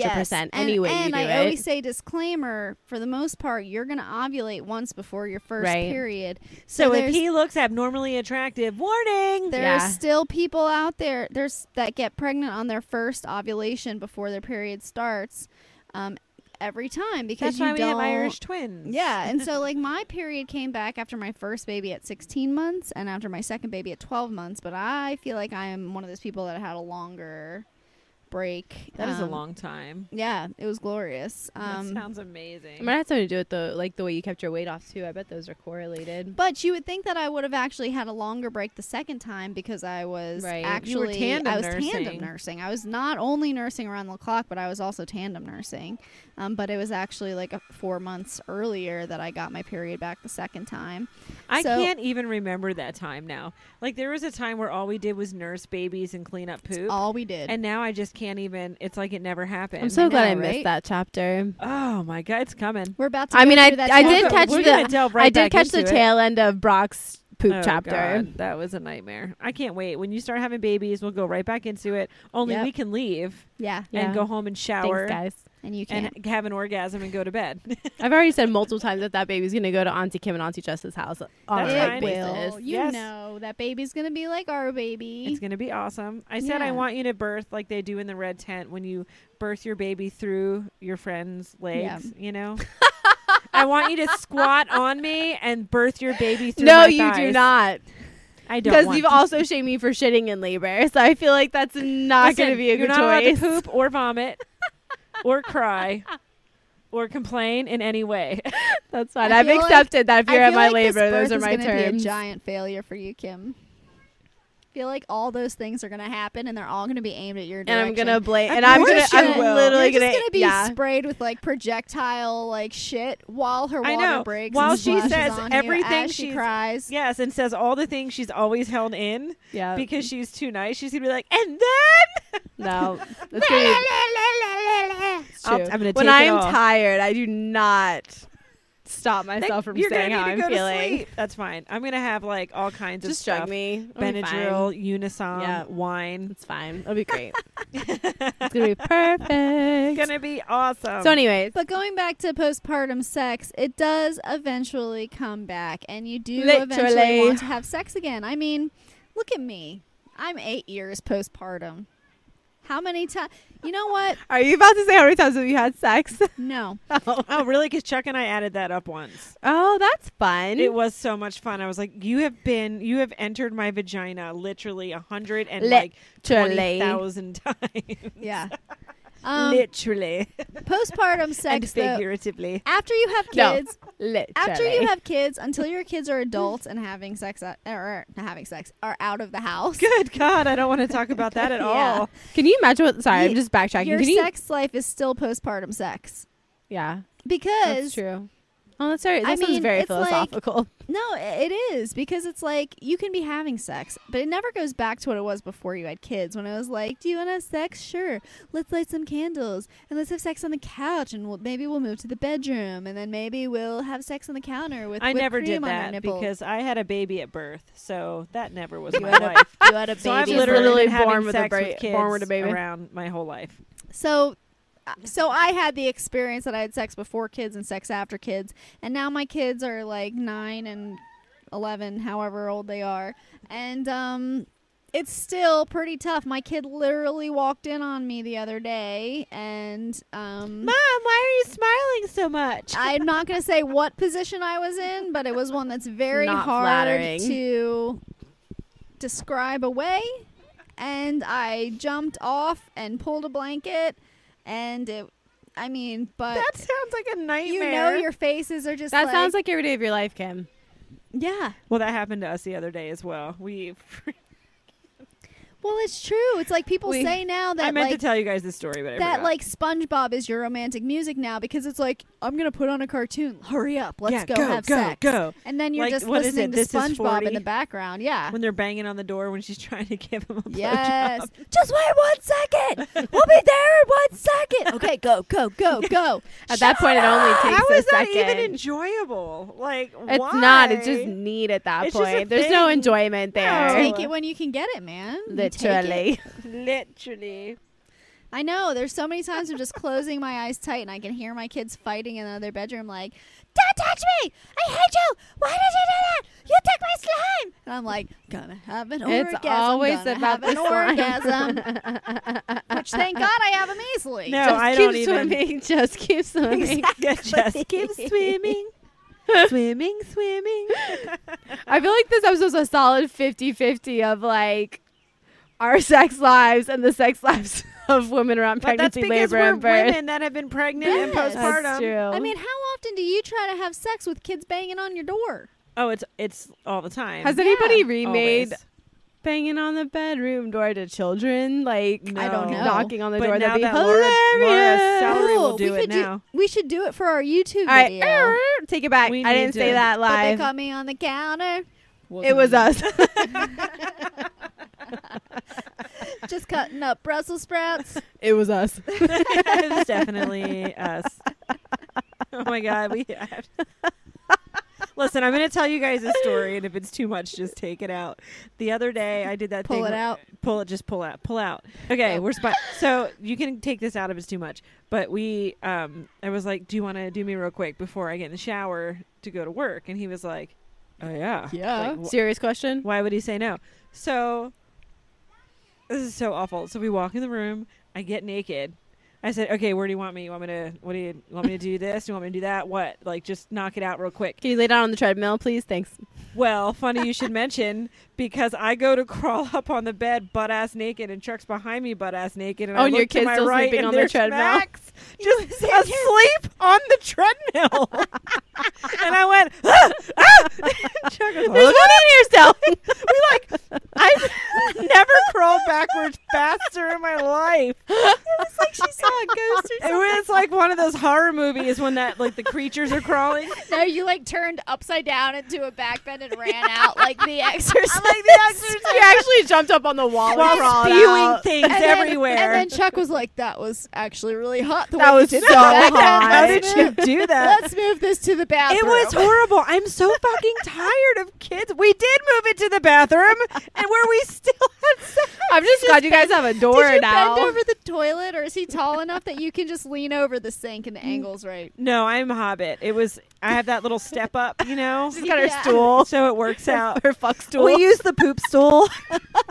Speaker 1: Yes,
Speaker 2: anyway.
Speaker 1: And, and
Speaker 2: you do
Speaker 1: I
Speaker 2: it.
Speaker 1: always say disclaimer: for the most part, you're going to ovulate once before your first
Speaker 2: Right.
Speaker 1: period.
Speaker 3: so if
Speaker 1: there's-
Speaker 3: he looks abnormally attractive, warning.
Speaker 1: There
Speaker 2: Yeah.
Speaker 1: are still people out there there's that get pregnant on their first ovulation before their period starts, um, every time because
Speaker 3: That's why
Speaker 1: you
Speaker 3: we
Speaker 1: don't.
Speaker 3: have Irish twins.
Speaker 1: yeah, and so like my period came back after my first baby at 16 months and after my second baby at 12 months, but I feel like I am one of those people that had a longer break.
Speaker 3: That is a
Speaker 1: Um,
Speaker 3: long time.
Speaker 1: Yeah, it was glorious. Um,
Speaker 3: that sounds amazing.
Speaker 2: It might have something to do with the like the way you kept your weight off too. I bet those are correlated.
Speaker 1: But you would think that I would have actually had a longer break the second time because I was
Speaker 2: Right. You were
Speaker 1: actually
Speaker 3: tandem
Speaker 1: I was
Speaker 3: nursing.
Speaker 1: tandem nursing. I was not only nursing around the clock, but I was also tandem nursing. Um, but it was actually like a, four months earlier that I got my period back the second time.
Speaker 3: I
Speaker 1: So-
Speaker 3: can't even remember that time now. Like there was a time where all we did was nurse babies and clean up poop,
Speaker 1: All we did.
Speaker 3: and now I just can't even. It's like it never happened.
Speaker 2: I'm so
Speaker 1: I
Speaker 2: glad I
Speaker 1: know,
Speaker 2: missed
Speaker 1: right?
Speaker 2: that chapter.
Speaker 3: oh my god, it's coming.
Speaker 1: we're about to.
Speaker 2: I
Speaker 1: go
Speaker 2: mean, I
Speaker 1: through that
Speaker 2: I did
Speaker 1: chapter.
Speaker 2: catch
Speaker 3: We're
Speaker 2: the
Speaker 3: gonna delve right
Speaker 2: I did
Speaker 3: back
Speaker 2: catch the
Speaker 3: into it.
Speaker 2: tail end of Brock's poop
Speaker 3: Oh,
Speaker 2: chapter.
Speaker 3: God, that was a nightmare. I can't wait. When you start having babies, we'll go right back into it. Only
Speaker 1: Yep.
Speaker 3: we can leave
Speaker 1: Yeah,
Speaker 2: Yeah.
Speaker 3: and go home and shower
Speaker 2: Thanks, guys.
Speaker 1: and you can.
Speaker 3: and have an orgasm and go to bed.
Speaker 2: I've already said multiple times that that baby's gonna go to Auntie Kim and Auntie Jess's house on
Speaker 3: That's
Speaker 2: a
Speaker 1: it
Speaker 3: fine.
Speaker 2: regular
Speaker 1: will.
Speaker 2: basis.
Speaker 1: You
Speaker 3: Yes.
Speaker 1: know that baby's gonna be like our baby.
Speaker 3: It's going to be awesome. I said I
Speaker 1: Yeah.
Speaker 3: want you to birth like they do in the red tent when you birth your baby through your friend's legs, you know? I want you to squat on me and birth your baby through
Speaker 2: No,
Speaker 3: my
Speaker 2: you do
Speaker 3: thighs.
Speaker 2: not,
Speaker 3: I don't
Speaker 2: because
Speaker 3: want
Speaker 2: you've also shamed me for shitting in labor. So I feel like that's not
Speaker 3: Listen,
Speaker 2: gonna be a
Speaker 3: you're
Speaker 2: good
Speaker 3: not allowed to
Speaker 2: choice.
Speaker 3: poop or vomit or cry or complain in any way.
Speaker 2: That's fine.
Speaker 1: I
Speaker 2: I've
Speaker 1: feel like-
Speaker 2: accepted that if
Speaker 1: I
Speaker 2: you're at
Speaker 1: feel
Speaker 2: my
Speaker 1: like this
Speaker 2: labor, those
Speaker 1: birth
Speaker 2: are
Speaker 1: is
Speaker 2: my
Speaker 1: gonna Be a
Speaker 2: terms.
Speaker 1: giant failure for you, Kim. Feel like all those things are gonna happen, and they're all gonna be aimed at your
Speaker 2: and
Speaker 1: direction.
Speaker 2: I'm gonna blame.
Speaker 3: Of
Speaker 2: And I'm gonna.
Speaker 1: course you
Speaker 2: I'm
Speaker 1: will.
Speaker 2: literally
Speaker 1: You're
Speaker 2: gonna.
Speaker 1: just gonna be
Speaker 2: yeah.
Speaker 1: sprayed with like projectile like shit while her water
Speaker 3: I know.
Speaker 1: breaks.
Speaker 3: While
Speaker 1: and
Speaker 3: she
Speaker 1: splashes
Speaker 3: says
Speaker 1: on
Speaker 3: everything
Speaker 1: you as she
Speaker 3: she's-
Speaker 1: cries.
Speaker 3: Yes, and says all the things she's always held in
Speaker 2: Yeah.
Speaker 3: because she's too nice. She's going to be like, and then
Speaker 2: no. That's gonna be-
Speaker 3: I'll- I'm gonna
Speaker 2: when
Speaker 3: take it
Speaker 2: I'm
Speaker 3: all.
Speaker 2: tired, I do not stop myself from
Speaker 3: You're
Speaker 2: saying
Speaker 3: gonna
Speaker 2: how
Speaker 3: need to
Speaker 2: I'm
Speaker 3: go to
Speaker 2: feeling.
Speaker 3: sleep. That's fine. I'm gonna have like all kinds
Speaker 2: Just
Speaker 3: of
Speaker 2: drug
Speaker 3: stuff.
Speaker 2: me. I'll be fine.
Speaker 3: Benadryl, Unisom,
Speaker 2: Yeah.
Speaker 3: wine.
Speaker 2: It's fine. It'll be great. it's gonna be perfect.
Speaker 3: It's gonna be awesome.
Speaker 2: so, anyways,
Speaker 1: But going back to postpartum sex, it does eventually come back, and you do eventually
Speaker 2: Literally.
Speaker 1: want to have sex again. I mean, look at me. I'm eight years postpartum. How many times? You know what?
Speaker 2: are you about to say how many times have you had sex?
Speaker 1: No.
Speaker 3: oh, really? Because Chuck and I added that up once.
Speaker 2: oh, that's fun.
Speaker 3: It was so much fun. I was like, "You have been, you have entered my vagina literally a hundred and like twenty
Speaker 2: Literally.
Speaker 3: thousand times,
Speaker 1: Yeah. Um,
Speaker 3: literally
Speaker 1: postpartum
Speaker 3: and
Speaker 1: sex, though,
Speaker 3: figuratively."
Speaker 1: after you have
Speaker 2: No.
Speaker 1: kids,
Speaker 2: Literally.
Speaker 1: after you have kids until your kids are adults and having sex uh, or or not having sex are out of the house
Speaker 3: Good God, I don't want to talk about that at
Speaker 1: Yeah.
Speaker 3: all.
Speaker 2: Can you imagine what? Sorry,
Speaker 1: Ye-
Speaker 2: I'm just backtracking.
Speaker 1: your
Speaker 2: Can you?
Speaker 1: sex life is still postpartum sex
Speaker 2: yeah, that's
Speaker 1: because
Speaker 2: true. Oh, that's very. That
Speaker 1: I
Speaker 2: sounds
Speaker 1: mean,
Speaker 2: very
Speaker 1: it's like-
Speaker 2: philosophical.
Speaker 1: no it is because it's like you can be having sex but it never goes back to what it was before you had kids when it was like do you want to have sex sure let's light some candles and let's have sex on the couch and we'll, maybe we'll move to the bedroom and then maybe we'll have sex on the counter with
Speaker 3: I
Speaker 1: whipped
Speaker 3: never
Speaker 1: cream
Speaker 3: did
Speaker 1: on our
Speaker 3: that
Speaker 1: nipple.
Speaker 3: because I had a baby at birth, so that never was
Speaker 1: You
Speaker 3: my
Speaker 1: had a-
Speaker 3: life.
Speaker 1: you had a baby
Speaker 3: So I've
Speaker 2: She's
Speaker 3: literally,
Speaker 2: literally
Speaker 3: been having
Speaker 2: born with a
Speaker 3: sex
Speaker 2: bra-
Speaker 3: kids
Speaker 2: born with a baby.
Speaker 3: around my whole life.
Speaker 1: So, uh, so I had the experience that I had sex before kids and sex after kids, and now my kids are like nine and eleven, however old they are, and um, it's still pretty tough. My kid literally walked in on me the other day, and um.
Speaker 3: why are you smiling so much?
Speaker 1: I'm not going to say what position I was in, but it was one that's very
Speaker 2: Not
Speaker 1: hard
Speaker 2: flattering.
Speaker 1: to describe away. And I jumped off and pulled a blanket, and it, I mean, but
Speaker 3: that sounds like a nightmare.
Speaker 1: you know, your faces are just
Speaker 2: That
Speaker 1: like,
Speaker 2: sounds like every day of your life, Kim.
Speaker 1: yeah.
Speaker 3: well, that happened to us the other day as well. We,
Speaker 1: Well, it's true. It's like people
Speaker 2: We-
Speaker 1: say now that
Speaker 3: I meant
Speaker 1: like
Speaker 3: to tell you guys this story, but I
Speaker 1: that
Speaker 3: forgot.
Speaker 1: like SpongeBob is your romantic music now because it's like I'm gonna put on a cartoon. Hurry up, let's
Speaker 3: Yeah,
Speaker 1: go,
Speaker 3: go,
Speaker 1: have
Speaker 3: go,
Speaker 1: sex.
Speaker 3: go.
Speaker 1: And then you're
Speaker 3: Like,
Speaker 1: just
Speaker 3: what is
Speaker 1: listening
Speaker 3: it?
Speaker 1: to
Speaker 3: This is
Speaker 1: SpongeBob
Speaker 3: 40?
Speaker 1: in the background. Yeah.
Speaker 3: when they're banging on the door when she's trying to give him a blowjob.
Speaker 1: Yes. Just wait one second. We'll be there in one second. Okay, go, go, go, go.
Speaker 2: At that point, it only takes
Speaker 3: How
Speaker 2: a
Speaker 3: is that
Speaker 2: second.
Speaker 3: even enjoyable? Like,
Speaker 2: it's
Speaker 3: why?
Speaker 2: not. It's just need at that
Speaker 3: It's just a
Speaker 2: point. There's no
Speaker 3: thing.
Speaker 2: enjoyment there.
Speaker 3: No.
Speaker 1: Take it when you can get it, man. You take it.
Speaker 2: Literally.
Speaker 3: literally.
Speaker 1: I know. There's so many times I'm just closing my eyes tight and I can hear my kids fighting in the other bedroom, like, "Don't touch me! I hate you! Why did you do that? You took my slime!" And I'm like, "Gonna have an
Speaker 2: It's
Speaker 1: orgasm.
Speaker 2: always
Speaker 1: gonna have
Speaker 2: about the
Speaker 1: an
Speaker 2: slime.
Speaker 1: orgasm." Which thank God I have them easily.
Speaker 3: No,
Speaker 2: just
Speaker 3: I
Speaker 2: keep
Speaker 3: don't even.
Speaker 2: swimming. Just keep swimming.
Speaker 3: Yeah, just keep swimming, swimming, swimming.
Speaker 2: I feel like this episode's a solid 50-50 of like our sex lives and the sex lives of women around
Speaker 3: But that's
Speaker 2: pregnancy,
Speaker 3: because
Speaker 2: labor,
Speaker 3: we're
Speaker 2: and birth.
Speaker 3: women that have been pregnant and
Speaker 1: Yes.
Speaker 3: postpartum.
Speaker 2: That's true.
Speaker 1: I mean, how often do you try to have sex with kids banging on your door?
Speaker 3: Oh, it's it's all the time.
Speaker 2: has
Speaker 1: Yeah.
Speaker 2: anybody remade
Speaker 3: Always.
Speaker 2: banging on the bedroom door to children? Like
Speaker 1: I don't know.
Speaker 2: knocking on the
Speaker 3: But
Speaker 2: door.
Speaker 3: now
Speaker 2: That'd be
Speaker 3: that Laura-
Speaker 2: hilarious.
Speaker 3: Laura Salary will
Speaker 1: Ooh,
Speaker 3: do
Speaker 1: we could
Speaker 3: it now.
Speaker 1: we should do it for our YouTube
Speaker 2: All right,
Speaker 1: video.
Speaker 2: err, take it back.
Speaker 3: We
Speaker 2: I
Speaker 3: need
Speaker 2: didn't say
Speaker 3: to-
Speaker 2: that
Speaker 1: But they
Speaker 2: live.
Speaker 1: caught me on the counter.
Speaker 2: It was us.
Speaker 1: Just cutting up Brussels sprouts.
Speaker 2: it was us.
Speaker 3: it's definitely us. Oh my god, we have. Listen, I'm going to tell you guys a story, and if it's too much, just take it out. The other day, I did that.
Speaker 1: Pull
Speaker 3: thing
Speaker 1: it
Speaker 3: where-
Speaker 1: out. Oh.
Speaker 3: Pull it. Just pull out. Pull out. Okay, we're spot. So you can take this out if it's too much. But we, um, I was like, "Do you want to do me real quick before I get in the shower to go to work?" And he was like, "Oh yeah,
Speaker 2: Yeah.
Speaker 3: Like, wh-
Speaker 2: Serious question.
Speaker 3: why would he say no? So this is so awful. So we walk in the room. I get naked. I said, "Okay, where do you want me? You want me to? What do you, you want me to do? This? Do you want me to do that? What? Like, just knock it out real quick."
Speaker 2: Can you lay down on the treadmill, please? Thanks.
Speaker 3: Well, funny you should mention because I go to crawl up on the bed butt ass naked, and Chuck's behind me butt ass naked, and
Speaker 2: Oh,
Speaker 3: I
Speaker 2: and
Speaker 3: look
Speaker 2: your
Speaker 3: to
Speaker 2: kid's
Speaker 3: my
Speaker 2: still
Speaker 3: right,
Speaker 2: sleeping
Speaker 3: and
Speaker 2: on their
Speaker 3: there's
Speaker 2: treadmill.
Speaker 3: Max just asleep on the treadmill, and I went, ah, ah. Chuck
Speaker 2: There's
Speaker 3: was
Speaker 2: one in here still.
Speaker 3: we like I've never crawled backwards faster in my life. It was like she saw a ghost or something. It was like one one of those horror movies when that like the creatures are crawling.
Speaker 1: No, you like turned upside down into a backbend and ran out like the exorcist.
Speaker 2: He actually jumped up on the wall and
Speaker 3: While
Speaker 2: crawled
Speaker 3: spewing
Speaker 2: out.
Speaker 3: things
Speaker 1: And then-
Speaker 3: everywhere.
Speaker 1: and then Chuck was like, "That was actually really hot. The
Speaker 2: That
Speaker 1: way
Speaker 2: was
Speaker 1: you did
Speaker 2: so
Speaker 1: that.
Speaker 2: hot.
Speaker 3: How
Speaker 1: Let's
Speaker 3: did you
Speaker 1: move-
Speaker 3: do that?
Speaker 1: Let's move this to the bathroom.
Speaker 3: It was horrible. I'm so fucking tired of kids. We did move into the bathroom, and where we still had sex.
Speaker 2: I'm just glad you guys have a door
Speaker 1: Did you
Speaker 2: now.
Speaker 1: bend over the toilet, or is he tall enough that you can just lean over the sink and the angles right?
Speaker 3: No, I'm a hobbit. It was. I have that little step up, you know.
Speaker 2: She's got her
Speaker 1: Yeah.
Speaker 2: stool,
Speaker 3: so it works out.
Speaker 2: her fuck stool,
Speaker 3: We use the poop stool.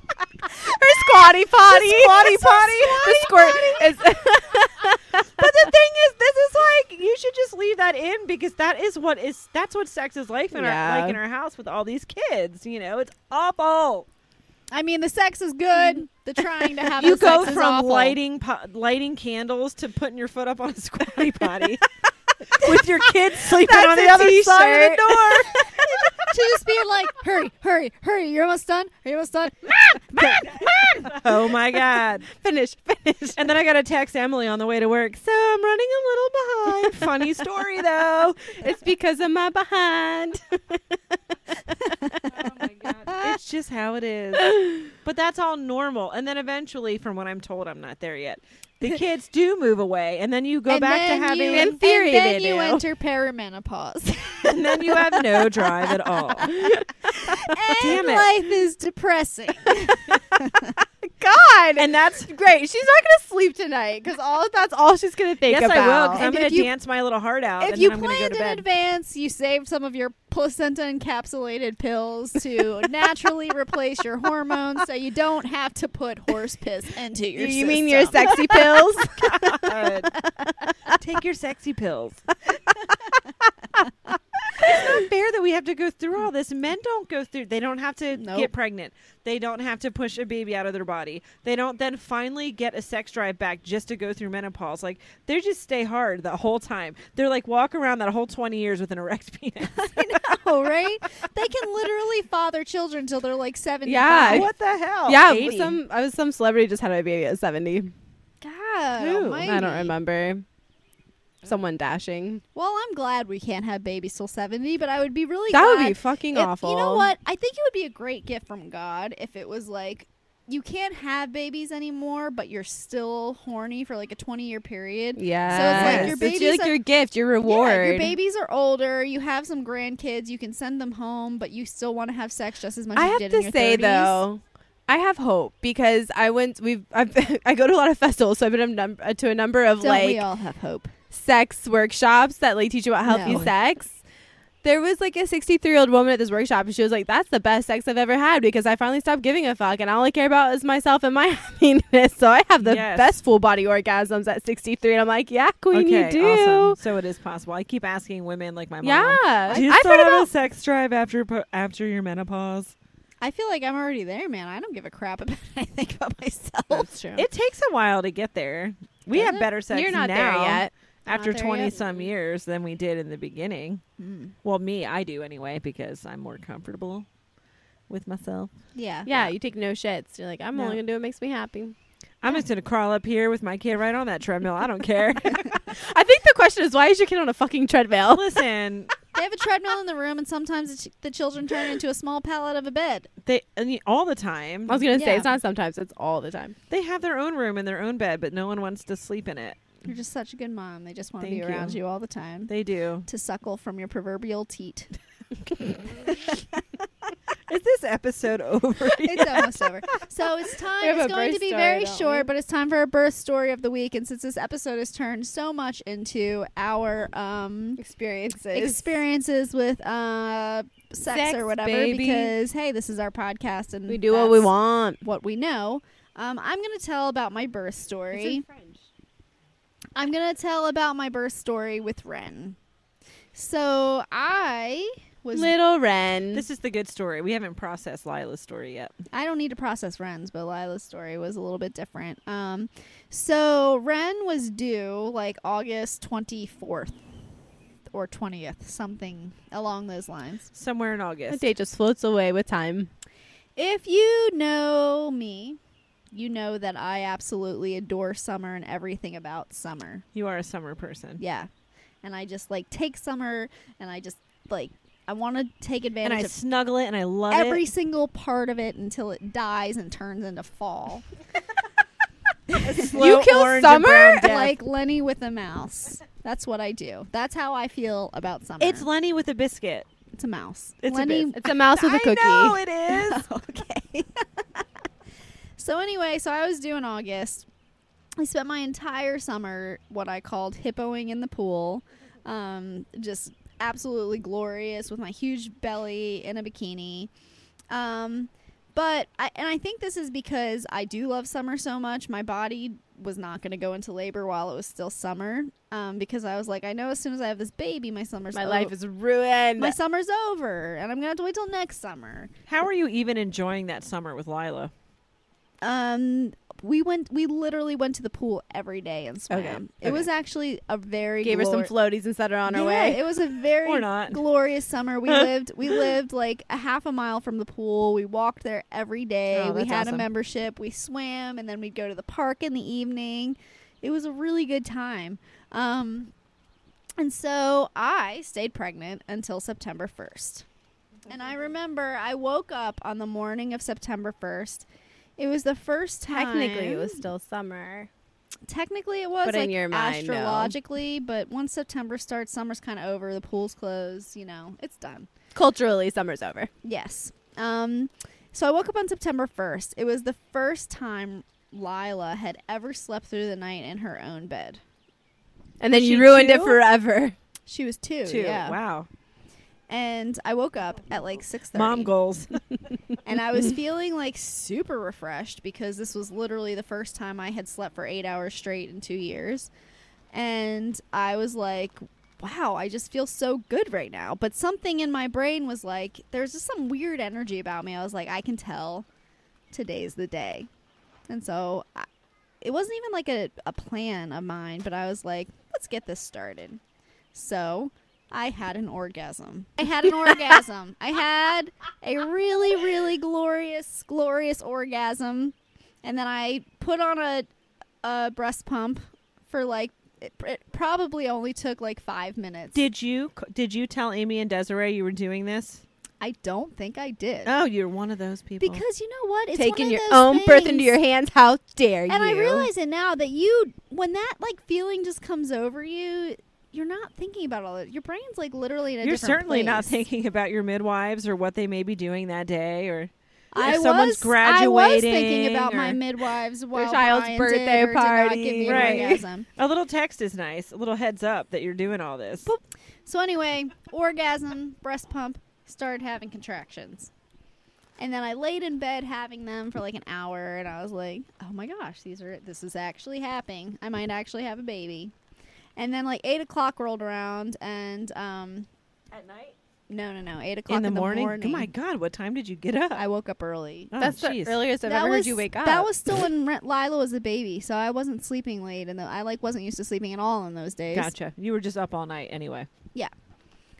Speaker 2: her squatty potty,
Speaker 3: squatty potty.
Speaker 2: the squirt. It's,
Speaker 3: but the thing is, this is like you should just leave that in because that is what is that's what sex is like in
Speaker 2: Yeah.
Speaker 3: our like in our house with all these kids. You know, it's awful.
Speaker 1: I mean, the sex is good. The trying to have
Speaker 3: you
Speaker 1: the
Speaker 3: go
Speaker 1: sex is
Speaker 3: from
Speaker 1: awful.
Speaker 3: lighting po- lighting candles to putting your foot up on a squatty potty with your kids sleeping
Speaker 2: That's
Speaker 3: on the
Speaker 2: a
Speaker 3: other side of the door.
Speaker 1: to just being like, "Hurry, hurry, hurry! You're almost done. Are you almost done?"
Speaker 3: oh my god!
Speaker 2: finish, finish.
Speaker 3: And then I got to text Emily on the way to work. So I'm running a little behind. Funny story though.
Speaker 2: It's because of my behind.
Speaker 3: oh my god. It's just how it is. But that's all normal. And then eventually, from what I'm told, I'm not there yet. The kids do move away, and then you go
Speaker 1: And
Speaker 3: back
Speaker 1: then
Speaker 3: to having,
Speaker 1: you,
Speaker 2: In theory,
Speaker 1: and then
Speaker 2: they
Speaker 1: you
Speaker 2: do.
Speaker 1: enter perimenopause.
Speaker 3: and then you have no drive at all.
Speaker 1: and
Speaker 3: it.
Speaker 1: life is depressing.
Speaker 2: God,
Speaker 3: And that's
Speaker 2: great. She's not gonna sleep tonight because all that's all she's gonna think
Speaker 3: yes,
Speaker 2: about.
Speaker 3: I will because I'm
Speaker 1: And
Speaker 3: going
Speaker 1: if
Speaker 3: to
Speaker 1: you-
Speaker 3: dance my little heart out,
Speaker 1: if
Speaker 3: and
Speaker 1: you
Speaker 3: then I'm going to
Speaker 1: planned
Speaker 3: go to
Speaker 1: in
Speaker 3: bed.
Speaker 1: advance, you saved some of your placenta encapsulated pills to naturally replace your hormones, so you don't have to put horse piss into your.
Speaker 2: you mean your
Speaker 1: system.
Speaker 2: sexy pills?
Speaker 3: God. Uh, Take your sexy pills. it's not fair that we have to go through all this. Men don't go through. They don't have to
Speaker 1: Nope.
Speaker 3: get pregnant. They don't have to push a baby out of their body. They don't then finally get a sex drive back just to go through menopause. Like they just stay hard the whole time. They're like walk around that whole twenty years with an erect penis.
Speaker 1: Oh, right? They can literally father children till they're like seventy.
Speaker 2: Yeah.
Speaker 3: what the hell?
Speaker 2: yeah,
Speaker 3: 80.
Speaker 2: some I was some celebrity just had a baby at seventy.
Speaker 1: God,
Speaker 2: Who?
Speaker 1: almighty.
Speaker 2: I don't remember. Someone dashing.
Speaker 1: Well, I'm glad we can't have babies till seventy, but I would be really
Speaker 2: That would
Speaker 1: glad
Speaker 2: be fucking
Speaker 1: if-
Speaker 2: awful.
Speaker 1: You know what? I think it would be a great gift from God if it was like you can't have babies anymore, but you're still horny for like a 20 year period.
Speaker 2: Yeah.
Speaker 1: your
Speaker 2: It's
Speaker 1: baby's
Speaker 2: like
Speaker 1: a-
Speaker 2: your gift, your reward.
Speaker 1: Yeah, your babies are older. You have some grandkids. You can send them home, but you still want to have sex just as much. as
Speaker 2: I
Speaker 1: you
Speaker 2: have
Speaker 1: did
Speaker 2: to
Speaker 1: in your
Speaker 2: say
Speaker 1: 30s.
Speaker 2: though, I have hope because I went. We've I've, I go to a lot of festivals, so I've been a num- uh, to a number of
Speaker 1: Don't
Speaker 2: like
Speaker 1: we all have hope?
Speaker 2: sex workshops that like teach you about healthy
Speaker 1: No.
Speaker 2: sex. There was like a 63 year old woman at this workshop, and she was like, "That's the best sex I've ever had because I finally stopped giving a fuck, and all I care about is myself and my happiness. So I have the
Speaker 3: Yes.
Speaker 2: best full body orgasms at 63." And I'm like, "Yeah, queen,
Speaker 3: Okay,
Speaker 2: you do."
Speaker 3: awesome. So it is possible. I keep asking women like my mom.
Speaker 2: Yeah,
Speaker 3: Do you
Speaker 2: I've
Speaker 3: still
Speaker 2: heard
Speaker 3: have
Speaker 2: about
Speaker 3: a sex drive after po- after your menopause?
Speaker 1: I feel like I'm already there, man. I don't give a crap about anything about myself.
Speaker 2: That's true.
Speaker 3: It takes a while to get there. We
Speaker 1: Does
Speaker 3: have
Speaker 1: it?
Speaker 3: better sex
Speaker 2: You're not
Speaker 3: now
Speaker 2: there yet.
Speaker 3: after
Speaker 1: there
Speaker 3: 20
Speaker 1: yet.
Speaker 3: some years than we did in the beginning.
Speaker 1: Mm.
Speaker 3: Well, me, I do anyway because I'm more comfortable with myself.
Speaker 1: Yeah.
Speaker 2: Yeah, you take no shits. You're like, I'm
Speaker 3: No.
Speaker 2: only gonna do what makes me happy.
Speaker 3: I'm just going to crawl up here with my kid right on that treadmill. I don't care.
Speaker 2: I think the question is, why is your kid on a fucking treadmill?
Speaker 3: Listen,
Speaker 1: They have a treadmill in the room, and sometimes the, ch- the children turn into a small pallet of a bed.
Speaker 3: they I mean, all the time
Speaker 2: I was gonna say
Speaker 1: Yeah.
Speaker 2: it's not sometimes, it's all the time.
Speaker 3: they have their own room and their own bed, but no one wants to sleep in it.
Speaker 1: You're just such a good mom. They just want to be
Speaker 3: Thank
Speaker 1: around
Speaker 3: you.
Speaker 1: you all the time
Speaker 3: They do.
Speaker 1: to suckle from your proverbial teat.
Speaker 3: Is this episode over? yet?
Speaker 1: It's almost over. So it's
Speaker 2: We
Speaker 1: time.
Speaker 2: have
Speaker 1: It's
Speaker 2: a
Speaker 1: going
Speaker 2: birth
Speaker 1: to be
Speaker 2: story,
Speaker 1: very
Speaker 2: don't we?
Speaker 1: short, but it's time for our birth story of the week. And since this episode has turned so much into our um,
Speaker 2: Experiences.
Speaker 1: experiences with uh, sex,
Speaker 2: Sex,
Speaker 1: or whatever,
Speaker 2: baby.
Speaker 1: because hey, this is our podcast, and
Speaker 2: we do what we
Speaker 1: that's
Speaker 2: want.
Speaker 1: what we know. Um, I'm going to tell about my birth story. I'm going to tell about my birth story with Ren. So I was.
Speaker 2: Little Ren.
Speaker 3: This is the good story. We haven't processed Lila's story yet.
Speaker 1: I don't need to process Ren's, but Lila's story was a little bit different. Um, so Ren was due like August 24th or 20th, something along those lines.
Speaker 3: Somewhere in
Speaker 2: the
Speaker 3: August.
Speaker 2: day just floats away with time.
Speaker 1: If you know me, you know that I absolutely adore summer and everything about summer.
Speaker 3: You are a summer person.
Speaker 1: Yeah. And I just like take summer and I just like I want to take
Speaker 3: And
Speaker 1: advantage
Speaker 3: I
Speaker 1: of
Speaker 3: snuggle it and I love
Speaker 1: every
Speaker 3: it.
Speaker 1: single part of it until it dies and turns into fall.
Speaker 3: Slow
Speaker 2: kill
Speaker 3: orange and brown
Speaker 2: summer?
Speaker 3: death.
Speaker 1: Like Lenny with a mouse. That's what I do. That's how I feel about summer.
Speaker 3: It's Lenny with a biscuit.
Speaker 1: it's a mouse.
Speaker 3: It's a
Speaker 1: Lenny
Speaker 2: It's a mouse with a cookie.
Speaker 3: I know it is.
Speaker 1: okay. so anyway, so I was due in August. I spent my entire summer what I called hippoing in the pool, um, just absolutely glorious with my huge belly in a bikini. Um, but I and I think this is because I do love summer so much. My body was not going to go into labor while it was still summer, um, because I was like, I know as soon as I have this baby, my summer's
Speaker 2: My
Speaker 1: o-
Speaker 2: life is ruined.
Speaker 1: my summer's over, and I'm gonna have to wait till next summer.
Speaker 3: How are you even enjoying that summer with Lila?
Speaker 1: Um, we went. We literally went to the pool every day and swam.
Speaker 3: Okay,
Speaker 1: It was actually a very
Speaker 2: Gave her some
Speaker 1: glor-
Speaker 2: floaties and set her on her
Speaker 1: Yeah,
Speaker 2: way.
Speaker 1: It was a very
Speaker 3: Or not.
Speaker 1: glorious summer. We lived. We lived like a half a mile from the pool. We walked there every day.
Speaker 2: Oh,
Speaker 1: we
Speaker 2: that's
Speaker 1: had a
Speaker 2: awesome.
Speaker 1: membership. We swam, and then we'd go to the park in the evening. It was a really good time. Um, and so I stayed pregnant until September first. And I remember I woke up on the morning of September 1st. It was the first time.
Speaker 2: Technically, it was still summer.
Speaker 1: Technically, it was.
Speaker 2: But in
Speaker 1: like,
Speaker 2: your mind, no.
Speaker 1: astrologically, but once September starts, summer's kind of over. The pool's closed. You know, it's done.
Speaker 2: Culturally, summer's over.
Speaker 1: Yes. Um. So I woke up on September 1st. It was the first time Lila had ever slept through the night in her own bed.
Speaker 2: And then you
Speaker 3: She
Speaker 2: ruined it
Speaker 3: too?
Speaker 2: forever.
Speaker 1: She was two.
Speaker 3: Two.
Speaker 1: Yeah.
Speaker 3: Wow.
Speaker 1: And I woke up at like six thirty.
Speaker 3: Mom goals.
Speaker 1: and I was feeling like super refreshed because this was literally the first time I had slept for eight hours straight in two years. And I was like, wow, I just feel so good right now. But something in my brain was like, there's just some weird energy about me. I was like, I can tell today's the day. And so I, it wasn't even like a, a plan of mine, but I was like, let's get this started. So I had an orgasm. I had an orgasm. I had a really, really glorious, glorious orgasm. And then I put on a, a breast pump for like, it, it probably only took like five minutes.
Speaker 3: Did you did you tell Amy and Desiree you were doing this?
Speaker 1: I don't think I did.
Speaker 3: Oh, you're one of those people.
Speaker 1: because you know what? It's one
Speaker 2: Taking
Speaker 1: of
Speaker 2: your
Speaker 1: those
Speaker 2: own birth into
Speaker 1: things-
Speaker 2: your hands. How dare you?
Speaker 1: And I realize it now that you, when that like feeling just comes over you, you're not thinking about all that. Your brain's like literally in a
Speaker 3: you're
Speaker 1: different
Speaker 3: certainly not
Speaker 1: place.
Speaker 3: thinking about your midwives or what they may be doing that day or
Speaker 1: I
Speaker 3: if someone's
Speaker 1: was, I was thinking
Speaker 3: graduating
Speaker 1: about my
Speaker 3: or-
Speaker 1: midwives while
Speaker 2: child's
Speaker 1: Brian
Speaker 2: birthday
Speaker 1: did or Did
Speaker 2: party.
Speaker 1: not give me an
Speaker 3: Right.
Speaker 1: orgasm.
Speaker 3: a little text is nice. A little heads up that you're doing all this.
Speaker 1: Boop. So anyway, orgasm, breast pump, started having contractions. And then I laid in bed having them for like an hour and I was like, "Oh my gosh, these are this is actually happening. I might actually have a baby." And then like 8 o'clock rolled around and um
Speaker 3: At night?
Speaker 1: no, no, no, 8 o'clock
Speaker 3: In the, morning?
Speaker 1: morning
Speaker 3: Oh my god, what time did you get up?
Speaker 1: I woke up early.
Speaker 3: oh,
Speaker 2: That's
Speaker 3: jeez.
Speaker 2: the earliest I've
Speaker 1: that
Speaker 2: ever
Speaker 1: was,
Speaker 2: heard you wake up.
Speaker 1: That was still when Re- Lila was a baby, so I wasn't sleeping late, and I like wasn't used to sleeping at all in those days.
Speaker 3: Gotcha. You were just up all night anyway.